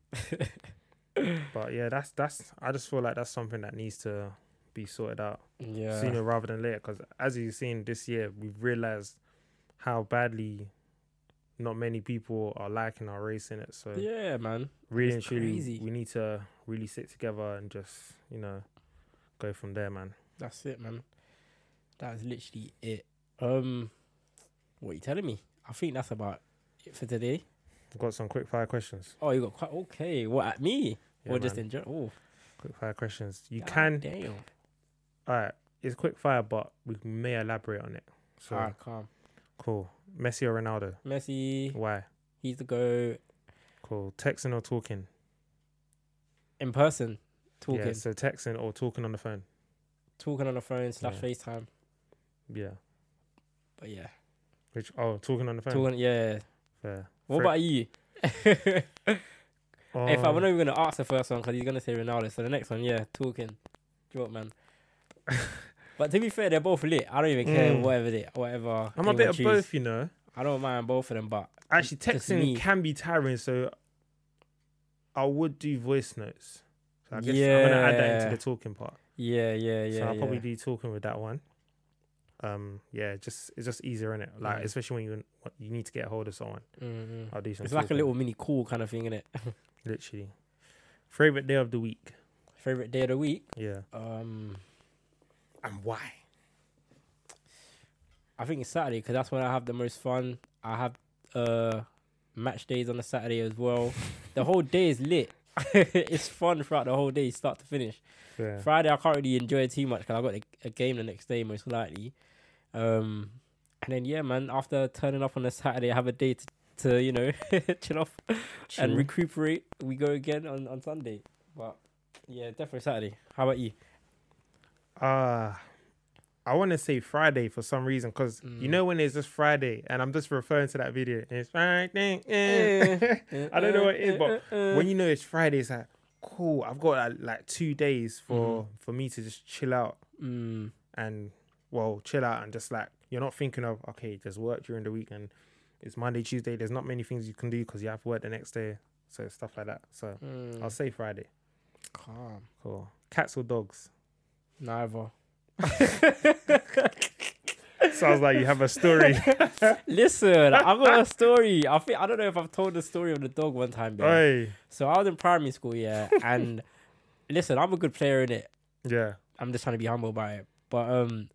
B: But yeah, that's that's. I just feel like that's something that needs to be sorted out
C: yeah.
B: sooner rather than later. Because as you've seen this year, we've realized how badly not many people are liking our race in it. So
C: Yeah, man.
B: really and
C: it's
B: truly,
C: crazy.
B: we need to really sit together and just you know go from there, man.
C: That's it, man. That is literally it. Um what are you telling me? I think that's about it for today.
B: I've got some quick fire questions.
C: Oh, you got quite okay. What at me?
B: Yeah,
C: or just
B: man.
C: in general? Oh,
B: Quick fire questions. You
C: God
B: can.
C: Damn.
B: All right. It's quick fire, but we may elaborate on it. So
C: Ah, calm.
B: cool. Messi or Ronaldo?
C: Messi,
B: Why?
C: he's the go
B: Cool. Texting or talking?
C: in person, talking,
B: Yeah. So texting or talking on the phone.
C: talking on the phone slash
B: Yeah.
C: FaceTime.
B: Yeah.
C: But yeah,
B: Which oh, talking on the phone.
C: talking. Yeah.
B: Fair.
C: What
B: Fre-
C: about you? if I
B: Um,
C: am not even gonna ask the first one because he's gonna say Ronaldo. So the next one, yeah, talking, drop man. but to be fair, they're both lit. I don't even care
B: Mm.
C: whatever they, whatever.
B: I'm a
C: anyone
B: bit of
C: choose.
B: both, you know.
C: I don't mind both of them, but
B: Actually,
C: Just
B: texting
C: me.
B: can be tiring, so I would do voice notes. So I guess I'm gonna add that
C: Yeah.
B: into the talking part.
C: yeah, yeah, yeah.
B: so I'll
C: yeah.
B: probably be talking with that one. Um, yeah, just it's just easier, innit? Like
C: Yeah.
B: especially when you you need to get a hold of someone.
C: Mm, mm.
B: I'll do some.
C: It's like a
B: talking,
C: little mini call kind of thing, innit?
B: literally favorite day of the week.
C: Favorite day of the week.
B: Yeah,
C: Um,
B: and why?
C: I think it's Saturday because that's when I have the most fun. I have uh match days on a Saturday as well. the whole day is lit. it's fun throughout the whole day, start to finish.
B: Yeah,
C: Friday, I can't really enjoy it too much because I've got a, a game the next day, most likely. Um, and then, yeah, man, after turning up on a Saturday, I have a day to, to you know, chill off and
B: True.
C: recuperate. We go again on, on Sunday. But, yeah, definitely Saturday. How about you?
B: Uh I want to say Friday for some reason because you
C: Mm.
B: know when it's just Friday and I'm just referring to that video. and It's Friday. eh. I don't know what it is,
C: eh,
B: but when you know it's Friday, it's like cool. I've got like, like two days for
C: Mm-hmm.
B: for me to just chill out
C: Mm,
B: and well, chill out and just like you're not thinking of okay, there's work during the week and it's Monday, Tuesday. There's not many things you can do because you have work the next day, so stuff like that. So I'll
C: mm,
B: say Friday.
C: calm.
B: Cool. Cats or dogs?
C: Neither.
B: Sounds like you have a story.
C: Listen, I've got a story. I think I don't know if I've told the story of the dog one time. yeah.
B: Hey,
C: So I was in primary school, yeah, and listen, I'm a good player in it.
B: yeah.
C: I'm just trying to be humble about it. But um,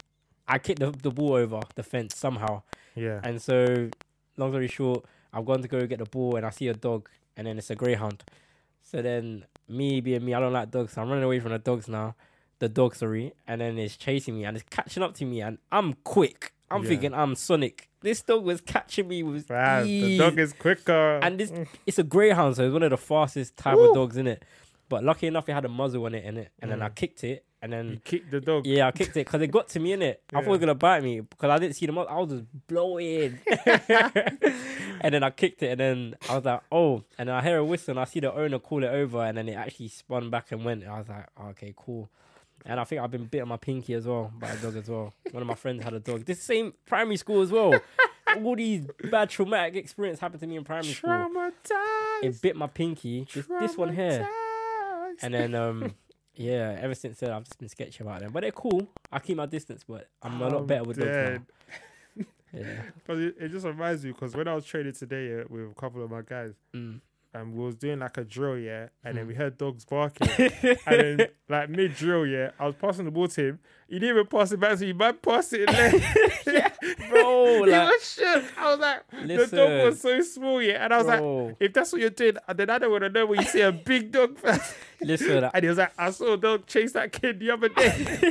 C: I kicked the, the ball over the fence somehow,
B: Yeah.
C: and so long story short, I've gone to go get the ball, and I see a dog, and then it's a greyhound. So then me being me, I don't like dogs, so I'm running away from the dogs now. The dog, sorry, and then it's chasing me and it's catching up to me, and I'm quick. I'm
B: Yeah.
C: thinking I'm Sonic. This dog was catching me with
B: Wow, the
C: ease
B: dog is quicker.
C: and this it's a greyhound, so it's one of the fastest type
B: Woo.
C: of dogs in it. But lucky enough, it had a muzzle on it in it, and then
B: Mm.
C: I kicked it, and
B: you
C: then
B: kick the dog.
C: yeah, I kicked it because it got to me in it. I thought it was
B: Yeah.
C: gonna bite me because I didn't see the muzzle. I was just blowing, and then I kicked it, and then I was like, oh, and then I hear a whistle, and I see the owner call it over, and then it actually spun back and went. And I was like, oh, okay, cool. And I think I've been bit on my pinky as well by a dog as well. One of my friends had a dog. This same primary school as well. All these bad traumatic experience happened to me in primary school
B: Traumatized.
C: it bit my pinky, this, this one here,
B: Traumatized.
C: and then um, yeah. Ever since then, I've just been sketchy about them, but they're cool. I keep my distance, but I'm a lot
B: I'm
C: better with dogs
B: dead.
C: now. Yeah.
B: Because it, it just reminds me, because when I was training today yeah, with a couple of my guys,
C: Mm.
B: and we was doing like a drill, yeah, and then we heard dogs barking. and then, like mid drill, yeah, I was passing the ball to him. He didn't even pass it back, so he might pass it left. he
C: Bro, Oh, like-
B: was shook. I was like, the dog was so small, yeah. And I was like,
C: Bro.
B: if that's what you're doing, then I don't want to know when you see a big dog. first."
C: Listen, I-
B: and he was like, I saw a dog chase that kid the other day.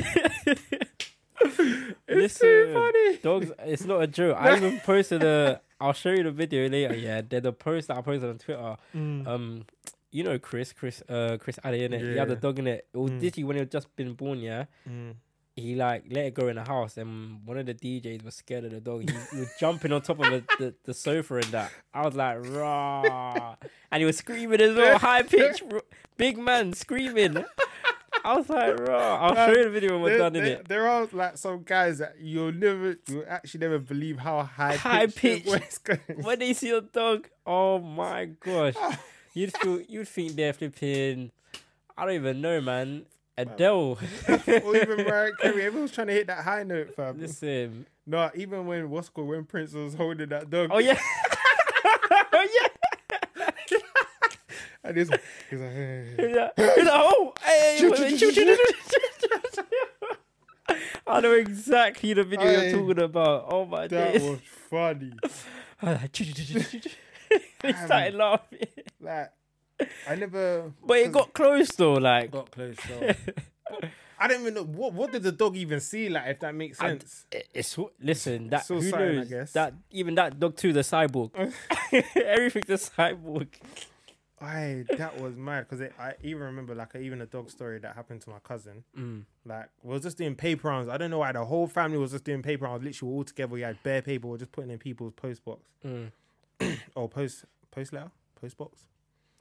B: it's too
C: Listen,
B: funny.
C: dogs. It's not a joke. I even posted a. I'll show you the video later. Yeah, they're the post that I posted on Twitter.
B: Uh,
C: Um, you know Chris, Chris, uh, Chris Addy in it. He had
B: Yeah.
C: a dog in it. It was
B: Mm.
C: literally when he had just been born. Yeah,
B: Mm.
C: he like let it go in the house, and one of the DJs was scared of the dog. He, he was jumping on top of the, the, the sofa and that. I was like, rah, and he was screaming as well, high pitch, bro- big man screaming. I was like, rah. I'll show you the video when we're
B: there,
C: done in
B: there-
C: it.
B: there are like some guys that you'll never, you'll actually never believe how high
C: High
B: pitched their
C: pitched.
B: voice goes.
C: When they see a dog, oh my gosh, you'd feel, you'd think they're flipping. I don't even know, man. Adele.
B: or even Mariah Carey, everyone's trying to hit that high note, fam.
C: Listen.
B: No, even when what's called when Prince was holding that dog,
C: Oh yeah. oh yeah.
B: and he's, he's like, hey.
C: Yeah. He's like, oh, hey, wait, wait, choo- choo- choo- choo- choo- choo." I know exactly the video
B: Aye.
C: you're talking about. Oh my
B: that
C: days.
B: was funny.
C: I was like, choo- choo- choo- choo- choo- choo. we started laughing.
E: Like, I never.
C: But it got close though, like
E: got close. So. I don't even know what what did the dog even see. Like, if that makes
C: I d-
E: sense.
C: it- it's listen that
B: so
C: who
B: silent, I
C: knows
B: guess.
C: that even that dog too the cyborg, everything's a cyborg.
B: I that was mad because I even remember like even a dog story that happened to my cousin.
C: Mm.
B: Like we was just doing paper rounds. I don't know why the whole family was just doing paper rounds. Literally all together, we had bare paper. We were just putting in people's post box
C: Mm.
B: or post post letter post box.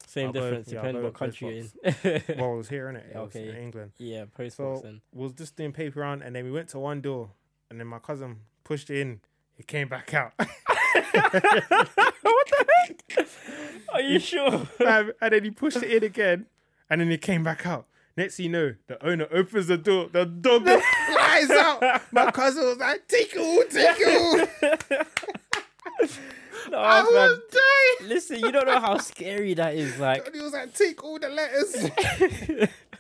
C: Same
B: I'll go-
C: difference
B: yeah, I'll
C: depending
B: go
C: what
B: with this
C: country you're in.
B: Well, it was here innit? it? was
C: Okay.
B: in England.
C: yeah, post
B: So
C: box then.
B: we was just doing paper round, and then we went to one door, and then my cousin pushed it in. It came back out,
C: what the heck? Are you sure?
B: and then he pushed it in again, and then it came back out. Next thing you know, the owner opens the door, the dog flies out. My cousin was like, "Tickle, tickle!"
C: No,
B: I
C: Oh, man.
B: was dying.
C: Listen, you don't know how scary that is. Like,
B: And he was like, "Take all the letters."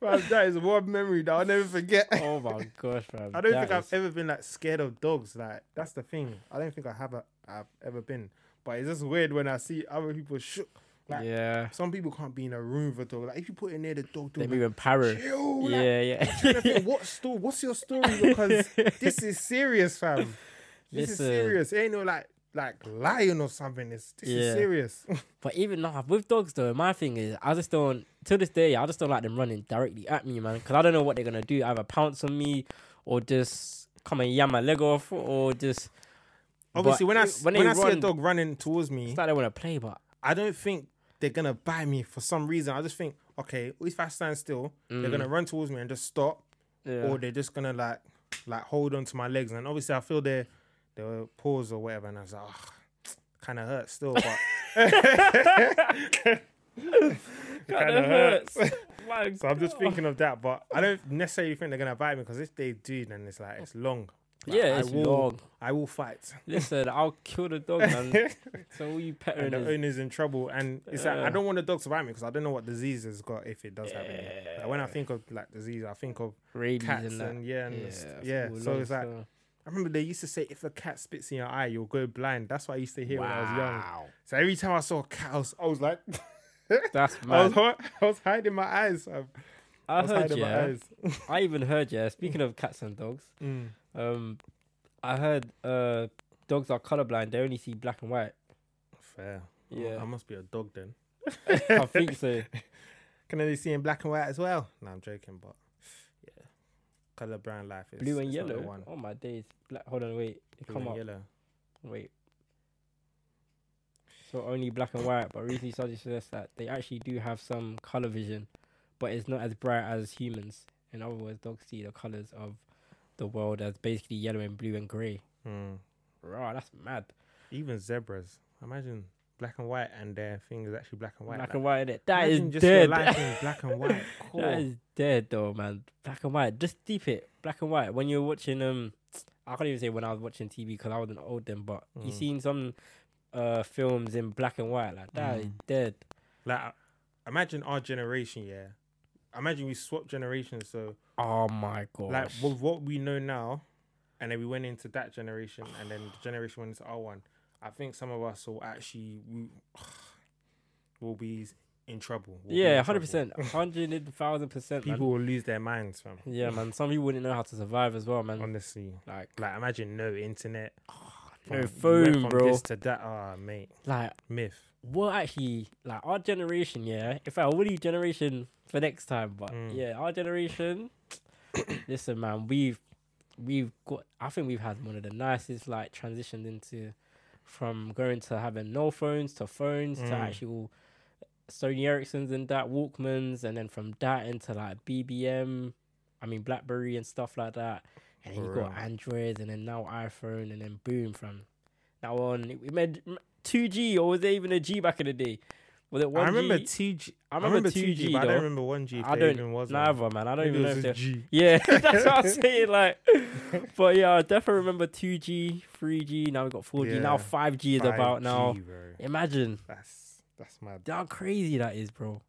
B: Man, that is one memory that I'll never forget.
C: oh my gosh, man.
B: I don't think I've ever been like scared of dogs. Like that's the thing. I don't think I have. A, I've ever been. But it's just weird when I see other people shook. Like
C: Yeah,
B: some people can't be in a room with a dog. Like if you put it near the dog,
C: they
B: dog
C: move in Paris.
B: chill. Like,
C: Yeah, yeah.
B: trying to think, what story? What's your story? Because this is serious, fam. This
C: Listen.
B: is serious. It ain't no like like lion or something. This this
C: Yeah.
B: is serious.
C: But even now with dogs though, my thing is I just don't to this day I just don't like them running directly at me, man, because I don't know what they're gonna do. Either pounce on me or just come and yam my leg off or just
B: Obviously,
C: But
B: when I
C: it-
B: s-
C: when
B: when,
C: they
B: I see a
C: run-
B: dog running towards me,
C: it's like they wanna play. But
B: I don't think they're gonna bite me for some reason. I just think, okay, if I stand still, they're gonna run towards me and just stop,
C: Yeah.
B: or they're just gonna like like hold on to my legs. And obviously, I feel their their paws or whatever, and I was like, kind of hurts still, but
C: kind
B: kinda hurts.
C: Like,
B: so I'm just thinking of that. But I don't necessarily think they're gonna bite me because if they do, then it's like it's long. Like,
C: Yeah, it's
B: I will,
C: long.
B: I will fight.
C: Listen, I'll kill the dog, man. so all you
B: and
C: petting
B: the
C: is
B: owner's in trouble. And it's like I don't want the dog to bite me because I don't know what disease has got if it does have any. Like, when I think of like disease, I think of
C: rabies
B: cats
C: and
B: and,
C: that.
B: yeah, and it's-
C: I
B: yeah.
C: feel
B: So
C: long
B: it's like
C: still.
B: I remember they used to say if a cat spits in your eye, you'll go blind. That's what I used to hear when I was young. So every time I saw a cat, I was, I was like,
C: that's
B: I was
C: mad.
B: hi- I was hiding my eyes. fam. I,
C: I,
B: was
C: heard
B: hiding my
C: yeah.
B: eyes.
C: I even heard yeah. Speaking of cats and dogs,
B: Mm.
C: um, I heard uh dogs are colorblind. They only see black and white.
B: Fair.
C: Yeah.
B: Oh, I must be a dog then.
C: I think so.
B: Can only see in black and white as well. No, I'm joking, but yeah, color brown life is
C: Blue and
B: it's not the
C: yellow.
B: One.
C: Oh my days. Black. Hold on. Wait. It
B: Blue
C: come
B: and
C: up.
B: yellow.
C: Wait. So only black and white, but recently studies suggest that they actually do have some color vision, but it's not as bright as humans. In other words, dogs see the colors of the world as basically yellow and blue and gray.
B: Mm.
C: Right, that's mad.
B: Even zebras. Imagine black and white, and their thing is actually black and white.
C: black
B: like,
C: and white, innit? That is
B: imagine just your
C: dead.
B: life in black and white. Cool.
C: That is dead though, man. Black and white. Just deep it. Black and white. When you're watching, um, I can't even say when I was watching TV because I wasn't old then, but
B: Mm.
C: you seen some uh films in black and white like that is
B: Mm.
C: dead.
B: Like, imagine our generation. Yeah, imagine we swapped generations. So,
C: Oh my god.
B: like, with what we know now, and then we went into that generation, and then the generation went into our one. I think some of us will actually we, will be in trouble. We'll be in
C: yeah,
B: trouble.
C: hundred percent, hundred thousand percent.
B: People will lose their minds, fam.
C: man. yeah, man. Some people wouldn't know how to survive as well, man.
B: Honestly,
C: like,
B: like imagine no internet,
C: no
B: Fam, you went
C: phone,
B: from
C: bro.
B: This to that, ah, mate,
C: Like,
B: myth.
C: what actually, like our generation, yeah. If I would generation for next time, but yeah, our generation. listen, man, we've we've got. I think we've had one of the nicest like transitions into from going to having no phones to phones to actual Sony Ericssons and that Walkmans, and then from that into like BBM, I mean BlackBerry and stuff like that. And then you got Android, and then now iPhone, and then boom from now on. We made two G, or was there even a G back in the day? Was it one
B: I remember two G. I
C: remember 2G
B: but I
C: though.
B: don't remember one G. If
C: I
B: there
C: don't
B: even was one.
C: neither man. I don't
B: Maybe
C: even
B: it
C: know
B: was
C: if
B: just
C: there.
B: G.
C: Yeah, that's what I'm saying. Like, but yeah, I definitely remember two G, three G. Now we got four G. Now
B: Yeah.
C: five G is about now.
B: 5G, bro.
C: Imagine
B: That's that's my.
C: how crazy that is, bro.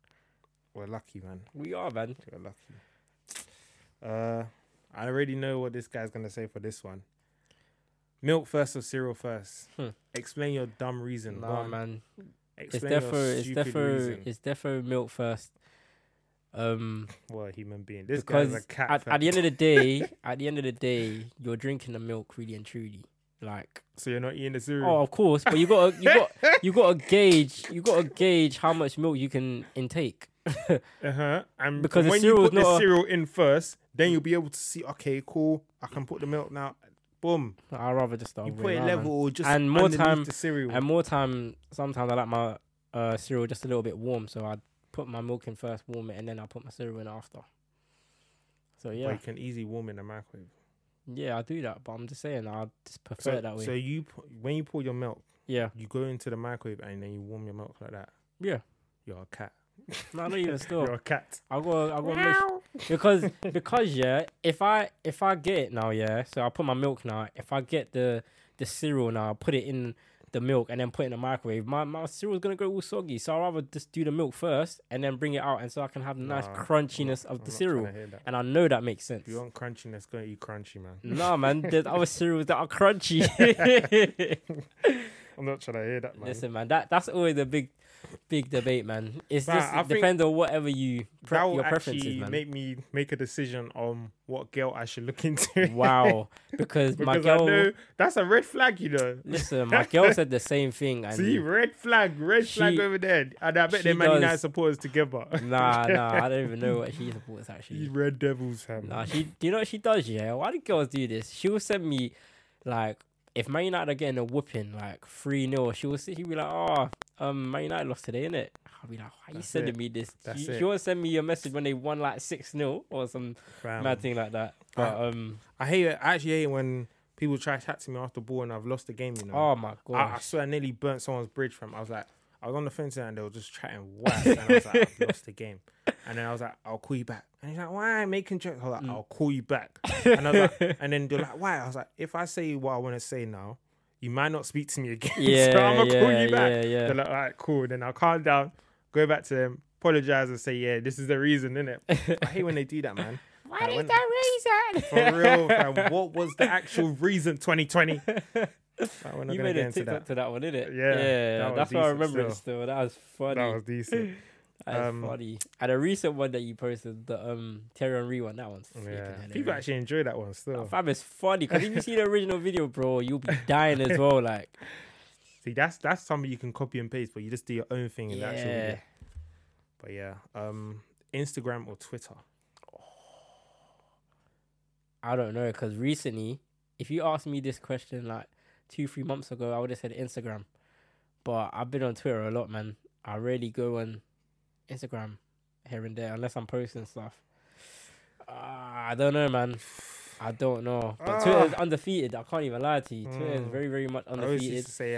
B: We're lucky, man.
C: We are man.
B: We're lucky. Uh, I already know what this guy's gonna say for this one. Milk first or cereal first?
C: Hmm.
B: Explain your dumb reason.
C: Nah,
B: One.
C: man. It's
B: Explain
C: defo.
B: your
C: It's
B: stupid
C: defo.
B: reason.
C: It's defo. Milk first. Um,
B: Well, a human being. This
C: because
B: guy's a cat.
C: at,
B: fam.
C: at the end of the day, at the end of the day, you're drinking the milk really and truly. Like,
B: so you're not eating the cereal.
C: oh, of course, but you got you got you got to gauge you got to gauge how much milk you can intake.
B: Uh-huh. And because
C: Because the
B: when you
C: cereal's
B: put the
C: not a-
B: cereal in first, then you'll be able to see, okay, cool, I can put the milk now. Boom.
C: I'd rather just start
B: You put it level or just
C: And more
B: underneath
C: time-
B: the cereal.
C: and more time. Sometimes I like my uh, cereal just a little bit warm, so I put my milk in first, warm it, and then I put my cereal in after. So
B: But
C: yeah,
B: you can easily warm in the microwave.
C: yeah, I do that, but I'm just saying I just prefer
B: So,
C: it that way.
B: so you pu- when you pour your milk,
C: yeah,
B: you go into the microwave and then you warm your milk like that.
C: yeah.
B: You're a cat.
C: No, not even still.
B: You're a cat.
C: I go, I go make because because yeah, if I if I get it now, yeah, so I put my milk now. If I get the the cereal now, I put it in the milk and then put it in the microwave. My my cereal's gonna go all soggy, so I'd rather just do the milk first and then bring it out, and so I can have the nice
B: Nah,
C: crunchiness
B: I'm
C: of
B: not
C: the
B: tryna
C: cereal.
B: hear that.
C: And I know that makes sense.
B: If you want crunchiness, go eat crunchy, man.
C: Nah, man, there's other cereals that are crunchy.
B: I'm not trying to hear that, man.
C: Listen, man, that that's always a big, big debate, man. It's
B: Nah,
C: just
B: I
C: it
B: think
C: depends on whatever you pre-
B: that will
C: your preferences,
B: actually
C: man.
B: make me make a decision on what girl I should look into.
C: Wow, because, my
B: because I
C: girl.
B: know that's a red flag, you know.
C: Listen, my girl said the same thing. And
B: See, red flag, red flag
C: She-
B: over there. And I bet
C: she
B: they Man United
C: does-
B: supporters together.
C: nah, nah, I don't even know what she supports
B: These
C: actually.
B: red devils, fam.
C: Nah, she. Do you know what she does? Yeah, why do girls do this? She will send me, like, if Man United are getting a whooping, like three 0 she will sit. She be like, oh, um, Man United lost today, innit? I'll be like, why you
B: That's
C: sending
B: it.
C: me this?
B: That's
C: she,
B: it.
C: she won't send me a message when they won like six 0 or some
B: Fam. Ah,
C: mad thing like that. But um,
B: I hate it. I actually hate it when people try catching me after ball and I've lost the game, you know.
C: oh my
B: I, I
C: gosh,
B: swear I nearly burnt someone's bridge from. I was like, I was on the fence there and they were just chatting whack. and I was like, I've lost the game. And then I was like, I'll call you back. And he's like, why? Making jokes. I was
C: Mm.
B: like, I'll call you back. And I was like, and then they're like, why? I was like, if I say what I want to say now, you might not speak to me again. so
C: Yeah,
B: I'm gonna call
C: yeah,
B: you back.
C: yeah, yeah.
B: They're like, all right, cool. Then I'll calm down, go back to them, apologize and say, yeah, this is the reason, innit? I hate when they do that, man. What is
C: the reason?
B: For real, fam, what was the actual reason 2020? Like, we're not
C: You
B: gonna
C: made
B: get
C: a
B: into
C: TikTok
B: that.
C: to that one, didn't it?
B: Yeah,
C: yeah.
B: that was
C: that's why I
B: decent
C: remember it
B: still.
C: still. That was funny.
B: That was decent.
C: That is
B: Um,
C: funny. And a recent one that you posted, the um Terry Henry one, that one's freaking
B: Yeah.
C: hilarious.
B: People actually enjoy that one
C: That
B: still.
C: fam is funny because if you see the original video, bro, you'll be dying as well. Like,
B: See, that's that's something you can copy and paste, but you just do your own thing in the actual
C: yeah,
B: video. But yeah, um, Instagram or Twitter.
C: I don't know. Because recently, if you asked me this question like two, three months ago, I would have said Instagram. But I've been on Twitter a lot, man. I rarely go on Instagram here and there unless I'm posting stuff. Uh, I don't know, man. I don't know.
B: Ah.
C: But Twitter's undefeated. I can't even lie to you. Twitter is
B: Mm.
C: very, very much
B: I always
C: undefeated.
B: used to say,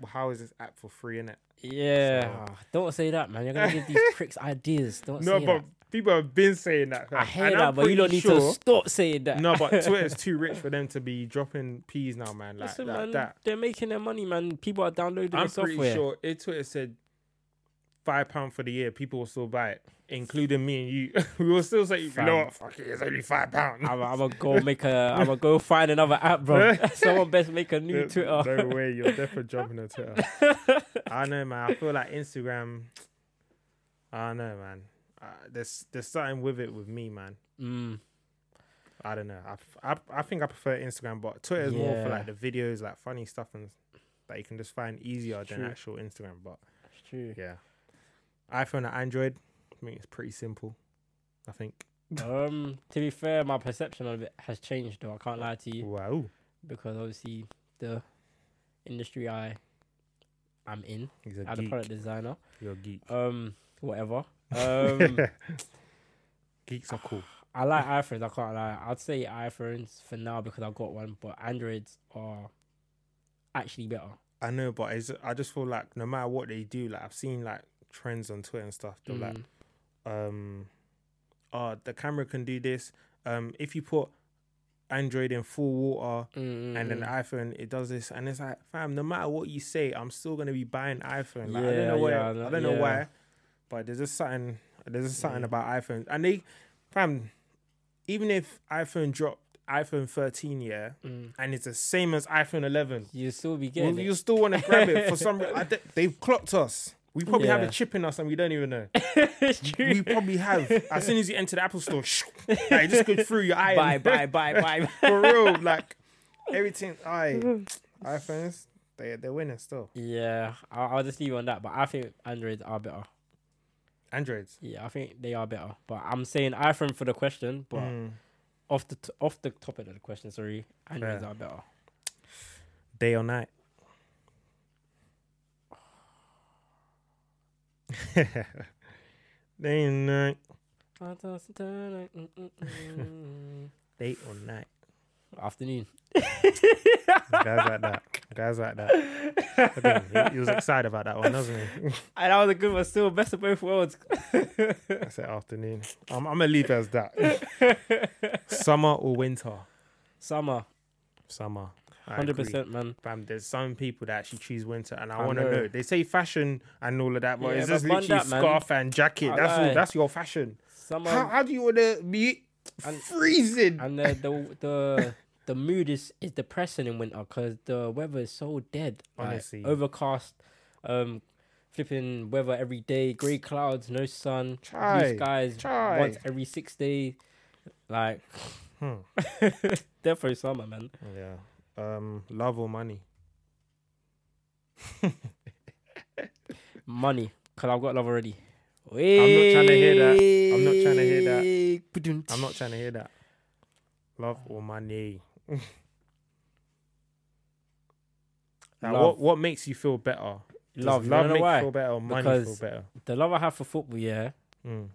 B: "Well, how is this app for free, innit?
C: Yeah,
B: So-
C: don't say that, man. You're gonna give these pricks ideas. Don't
B: No,
C: say
B: but
C: that.
B: people have been saying that.
C: I
B: fam,
C: hear
B: and I'm
C: that, but you don't
B: pretty
C: need to stop saying that.
B: No, but Twitter's too rich for them to be dropping peas now, man. Like,
C: Listen,
B: like
C: man,
B: that.
C: they're making their money, man. People are downloading
B: I'm
C: the software.
B: pretty sure if Twitter said five pound for the year, people will still buy it, including me and you. we will still say, you know
C: Fam.
B: what, fuck it, it's only five pound.
C: I'm, I'm gonna go make a. I'm gonna go find another app, bro. Someone best make a new
B: There's
C: Twitter.
B: No way, Ah. you're definitely dropping a Twitter. I know, man. I feel like Instagram. I know, man. Uh, there's there's something with it with me, man.
C: Mm,
B: I don't know. I, I, I think I prefer Instagram, but Twitter is more for
C: Yeah.
B: like the videos, like funny stuff, and that you can just find easier than
C: True.
B: actual Instagram. But
C: it's true.
B: yeah, iPhone and Android. I mean, it's pretty simple. I think.
C: Um, to be fair, my perception of it has changed, though. I can't lie to you
B: Wow.
C: because obviously the industry I I'm in
B: He's a
C: as a
B: geek.
C: product designer.
B: You're a geek.
C: Um, whatever. Um,
B: Geeks are cool.
C: I like iPhones. I can't lie. I'd say iPhones for now because I got one, but Androids are actually better.
B: I know, but it's, I just feel like no matter what they do, like I've seen like trends on Twitter and stuff. They're like,
C: Mm.
B: um, oh, the camera can do this. Um, if you put Android in full water
C: Mm,
B: and
C: mm,
B: an
C: mm.
B: iPhone, it does this, and it's like, fam, no matter what you say, I'm still gonna be buying iPhone. Like, I
C: Yeah,
B: don't know why.
C: yeah, I know-
B: I don't know
C: yeah. Mm.
B: why, but there's just something. There's just something
C: Yeah.
B: about iPhone, and they, fam, even if iPhone dropped iPhone 13, yeah, and it's the same as iPhone 11,
C: You mm. still be
B: well,
C: getting
B: you
C: it.
B: still want to grab it for some reason. They've clocked us. We probably have
C: Yeah.
B: a chip in us and we don't even know.
C: it's
B: We
C: true.
B: probably have. As soon as you enter the Apple store, like, it just go through your eye.
C: Bye,
B: and-
C: bye, bye, bye.
B: For real, like everything. I iPhones, they they're winning still.
C: Yeah, I'll, I'll just leave it on that. But I think Androids are better.
B: Androids.
C: Yeah, I think they are better. But I'm saying iPhone for the question, but
B: Mm.
C: off the t- off the topic of the question, sorry, Androids
B: Fair.
C: are better.
B: Day or night. Day and night. Day or night.
C: Afternoon.
B: Guys like that. Guys like that. Again, he, he was excited about that one, wasn't he?
C: And that was a good one. Still, best of both worlds.
B: I said afternoon. I'm, I'm gonna leave it as that. Summer or winter?
C: Summer,
B: Summer. I
C: hundred
B: agree.
C: percent, man.
B: Fam, there's some people that actually choose winter, and I,
C: I
B: want to
C: know.
B: know. They say fashion and all of that, but
C: Yeah,
B: it's
C: but
B: just
C: bun
B: literally
C: that, man.
B: scarf and jacket.
C: I
B: that's
C: lie.
B: all. That's your fashion.
C: Summer,
E: how, how do you want to be
C: And-
E: freezing?
C: and the the the, the mood is is depressing in winter because the weather is so dead. Like,
B: Honestly.
C: overcast, um, flipping weather every day. Grey clouds, no sun.
B: Chai,
C: blue skies
B: chai.
C: once every six days. Like, definitely summer, man.
B: Hmm, Yeah. Um, love or money?
C: Money, cause I've got love already. I'm
B: trying to hear that. I'm not trying to hear
C: that.
B: I'm not trying to hear that. Love or money? Now,
C: Love.
B: what what makes you feel better? Does
C: Love, you
B: love
C: wanna know
B: make
C: why?
B: you feel better. Or money
C: Because-
B: feel better.
C: The love I have for football, yeah.
B: Mm.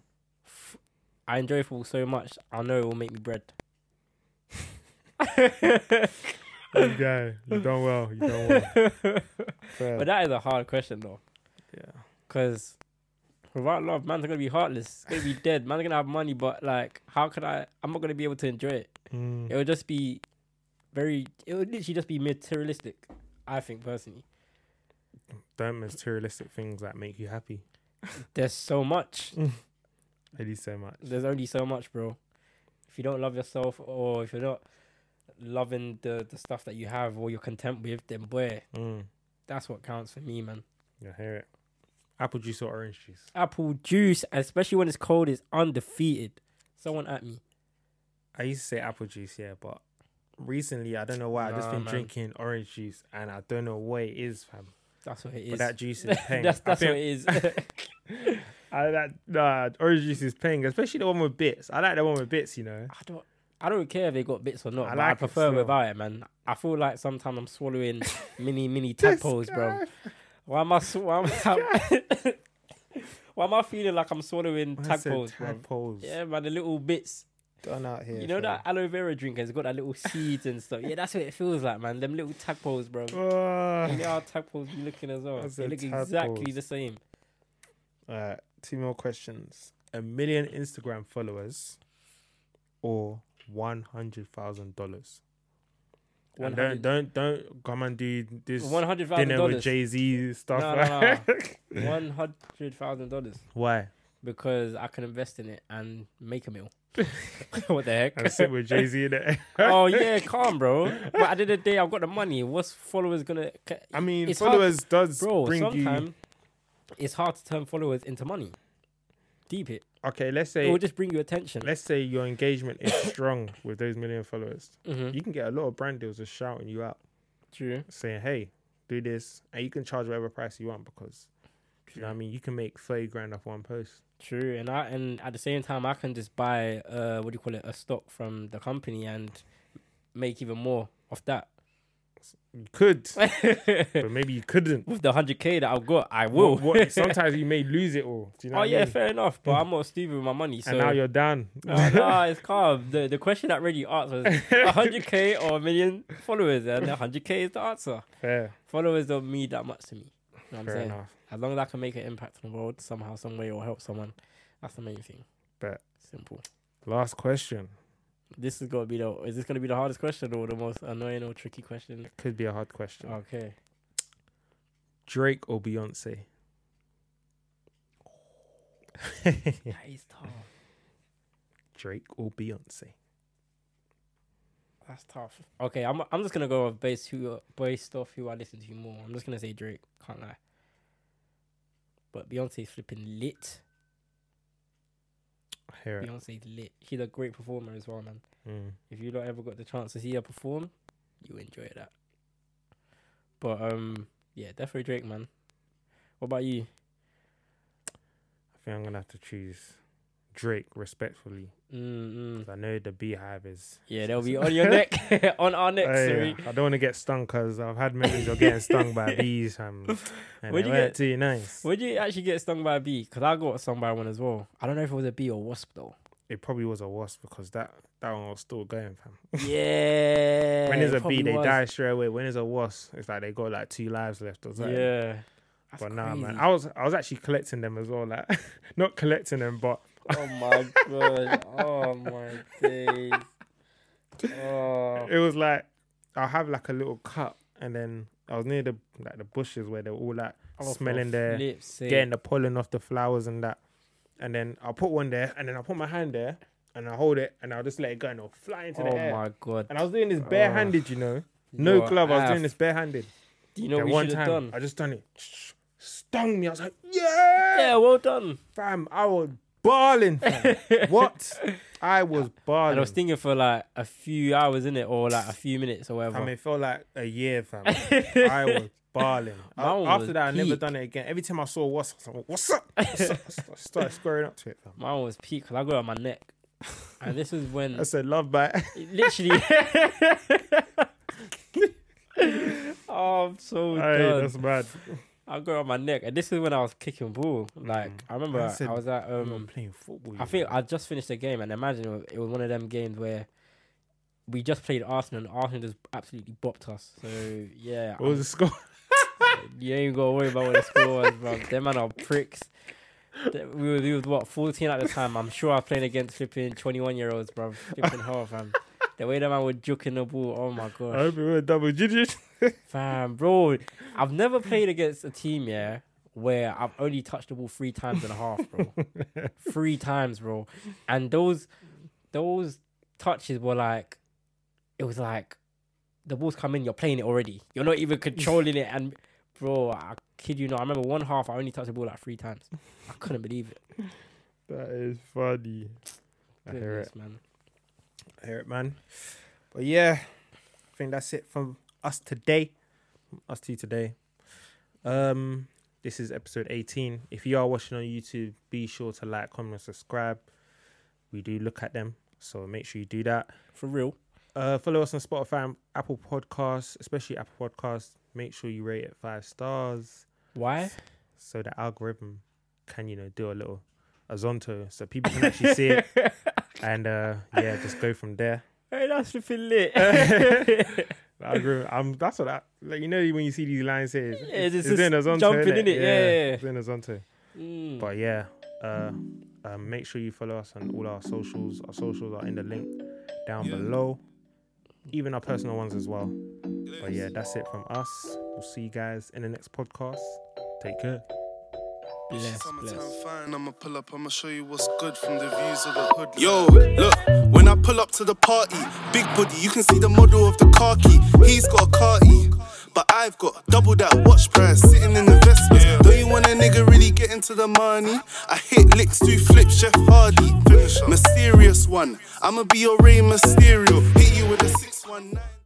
C: I enjoy football so much. I know it will make me bread.
B: you go. You done well. You done well.
C: But that is a hard question though,
B: yeah.
C: because without love, man's gonna be heartless. It's gonna be dead. Man's gonna have money, but like, how can I? I'm not gonna be able to enjoy it.
B: Hmm.
C: It would just be very. It would literally just be materialistic. I think personally,
B: Don't materialistic things that make you happy.
C: there's so much.
B: Really so much.
C: There's only so much, bro. If you don't love yourself, or if you're not loving the the stuff that you have, or you're content with, then boy,
B: Mm.
C: that's what counts for me, man.
B: You hear it. Apple juice or orange juice?
C: Apple juice, especially when it's cold, is undefeated. Someone at me.
B: I used to say apple juice, yeah, but recently I don't know why I've just
C: Nah,
B: been
C: man.
B: drinking orange juice, and I don't know what it is, fam.
C: That's what it is.
B: But that juice is paying.
C: that's
B: I
C: that's what
B: think-
C: it is.
B: I, that nah, orange juice is paying, especially the one with bits. I like the one with bits, you know.
C: I don't. I don't care if they got bits or not.
B: I
C: but I,
B: like it
C: prefer
B: still.
C: without it, man. I feel like sometimes I'm swallowing mini mini tadpoles, bro. Why am I? Sw- why, am I why am I feeling like I'm swallowing
B: I said
C: tadpoles, bro?
B: Tadpoles.
C: Yeah, man, the little bits.
B: Done out here.
C: You know
B: fam.
C: that aloe vera drink has got that little seeds and stuff. Yeah, that's what it feels like, man. Them little tadpoles, bro.
B: Ah.
C: And they are tadpoles be looking as well.
B: That's
C: They
B: a
C: look
B: tadpoles.
C: exactly the same.
B: All right, two more questions. A million Instagram followers or one hundred thousand dollars. And don't
C: 100
B: don't don't come and do this
C: One hundred thousand
B: dinner with
C: dollars.
B: Jay Z stuff.
C: No, no, One hundred thousand dollars
B: Why?
C: because I can invest in it and make a meal. what the heck?
B: And sit with Jay Z in it.
C: oh yeah, calm, bro. But at the end of the day, I've got the money. What's followers gonna? ca-
B: I mean,
C: It's hard-
B: followers does
C: bro,
B: bring
C: sometime
B: you.
C: it's hard to turn followers into money. Deep it.
B: Okay, let's
C: It
B: say
C: will just bring you attention.
B: let's say your engagement is strong with those million followers.
C: Mhm.
B: You can get a lot of brand deals just shouting you out,
C: True.
B: saying, "Hey, do this," and you can charge whatever price you want because. You know what I mean? You can make 30 grand off one post.
C: True, and I and at the same time, I can just buy uh, what do you call it, a stock from the company and make even more off that.
B: You could, but maybe you couldn't.
C: With the hundred k that I've got, I will.
B: What- what- sometimes you may lose it all. Do you know
C: oh
B: what I
C: yeah,
B: mean?
C: fair enough. But I'm not stupid with my money, so
B: and now you're down.
C: Oh, nah, it's calm. The the question that really asked was 100k or a million followers, and 100k is the answer.
B: Fair,
C: Followers don't mean that much to me. You know what I'm
B: fair
C: saying?
B: enough.
C: As long as I can make an impact on the world somehow, some way, or help someone, that's the main thing.
B: Bet.
C: simple.
B: Last question.
C: This is gonna be the is this gonna be the hardest question or the most annoying or tricky question?
B: Could be a hard question.
C: Okay,
B: Drake or Beyonce?
C: that is tough.
B: Drake or Beyonce?
C: That's tough. Okay, I'm I'm just gonna go with based who based off who I listen to more. I'm just gonna say Drake. Can't lie. But Beyonce's flipping lit.
B: I hear it.
C: Beyonce's lit. She's a great performer as well, man.
B: Mm.
C: If you lot ever got the chance to see her perform, you enjoy that. But um, yeah, definitely Drake, man. What about you?
B: I think I'm gonna have to choose Drake respectfully.
C: Mm-mm.
B: 'cause I know the Beehive is.
C: Yeah, they'll be on your neck, on our neck.
B: Hey,
C: sorry.
B: I don't want to get stung because I've had memories of getting stung by bees. Um, and
C: Where'd
B: they
C: you
B: weren't
C: get-
B: too nice.
C: Would you actually get stung by a bee? Because I got stung by one as well. I don't know if it was a bee or wasp though.
B: It probably was a wasp because that that one was still going, fam.
C: Yeah.
B: when there's
C: it
B: a bee,
C: probably
B: they
C: was.
B: die straight away. When there's a wasp, it's like they got like two lives left or something.
C: Yeah. That's
B: But nah, man,
C: crazy.
B: I was I was actually collecting them as well. Like, not collecting them, but
C: Oh my god. Oh my days. Oh.
B: it was like I'll have like a little cup, and then I was near the like the bushes where they're all like
C: Oh,
B: smelling their
C: lips. eh.
B: getting the pollen off the flowers and that. And then I'll put one there, and then I'll put my hand there, and I'll hold it, and I'll just let it go, and it'll fly into the
C: Oh
B: air.
C: my god.
B: And I was doing this barehanded, you know, no
C: You're
B: glove. I was
C: aff.
B: doing this barehanded.
C: Do you know
B: Then
C: what
B: one
C: we should
B: time,
C: have done?
B: I just done it, stung me. I was like, yeah,
C: Yeah, well done.
B: fam, I was balling, fam. what? I was balling.
C: And I was thinking for like a few hours in it, or like a few minutes or whatever.
B: I mean, it felt like a year, fam. I was balling. I-
C: Mine was
B: After that, I never
C: peak.
B: done it again. Every time I saw what's, I was like, what's up? What's up? I st- started squaring up to it, fam.
C: Mine was peak because I got it on my neck, and this is when
B: I said, love back.
C: literally. oh, I'm so
B: Hey,
C: done.
B: that's bad.
C: I got it on my neck, and this is when I was kicking ball. Like
B: Mm.
C: I remember, I,
B: said-
C: was at
B: I'm
C: um,
B: playing football.
C: I think I just finished the game, and imagine it was- it was one of them games where we just played Arsenal, and Arsenal just absolutely bopped us. So yeah,
B: What was the score?
C: you ain't gotta worry about what the score was, bro. Them man are pricks. Th- We were, we was what 14 at the time. I'm sure I was playing against flipping 21 year olds, bro. Flipping hell, fam. The way that man was juking the ball, oh my
B: I
C: gosh,
B: hope it was double digits.
C: fam, bro. I've never played against a team, yeah, where I've only touched the ball three times and a half, bro. three times, bro. And those, those touches were like, it was like, the ball's come in, you're playing it already. You're not even controlling it, and bro, I kid you not. I remember one half, I only touched the ball like three times. I couldn't believe it.
B: That is funny. I hear
C: Goodness,
B: it.
C: man.
B: I hear it, man. But yeah, I think that's it from us today. Us two today. Um, this is episode 18. If you are watching on YouTube, be sure to like, comment, and subscribe. We do look at them, so make sure you do that.
C: For real.
B: Uh, follow us on Spotify and Apple Podcasts, especially Apple Podcasts. Make sure you rate it five stars
C: Why?
B: so the algorithm can, you know, do a little azonto so people can actually see it. And uh, yeah, just go from there.
C: Hey, that's flipping lit.
B: The algorithm, I'm, that's what I like. You know, when you see these lines here, it's,
C: it's
B: it's,
C: just
B: doing azonto,
C: jumping,
B: innit?
C: innit? Yeah, yeah, yeah.
B: it's doing azonto.
C: Mm.
B: But yeah, uh, um, make sure you follow us on all our socials. Our socials are in the link down below, even our personal ones as well. But yeah, that's it from us. We'll see you guys in the next podcast. Take care.
C: Bless,
F: Summertime
C: bless.
F: fine, I'ma pull up, I'ma show you what's good from the views of the hood. Yo, look, when I pull up to the party, big body, you can see the model of the car key. He's got a carty, but I've got double that watch price, sitting in investments. Don't you want a nigga really get into the money? I hit licks, two flips, Jeff Hardy. Mysterious one, I'ma be your Ray Mysterio. Hit you with a 619.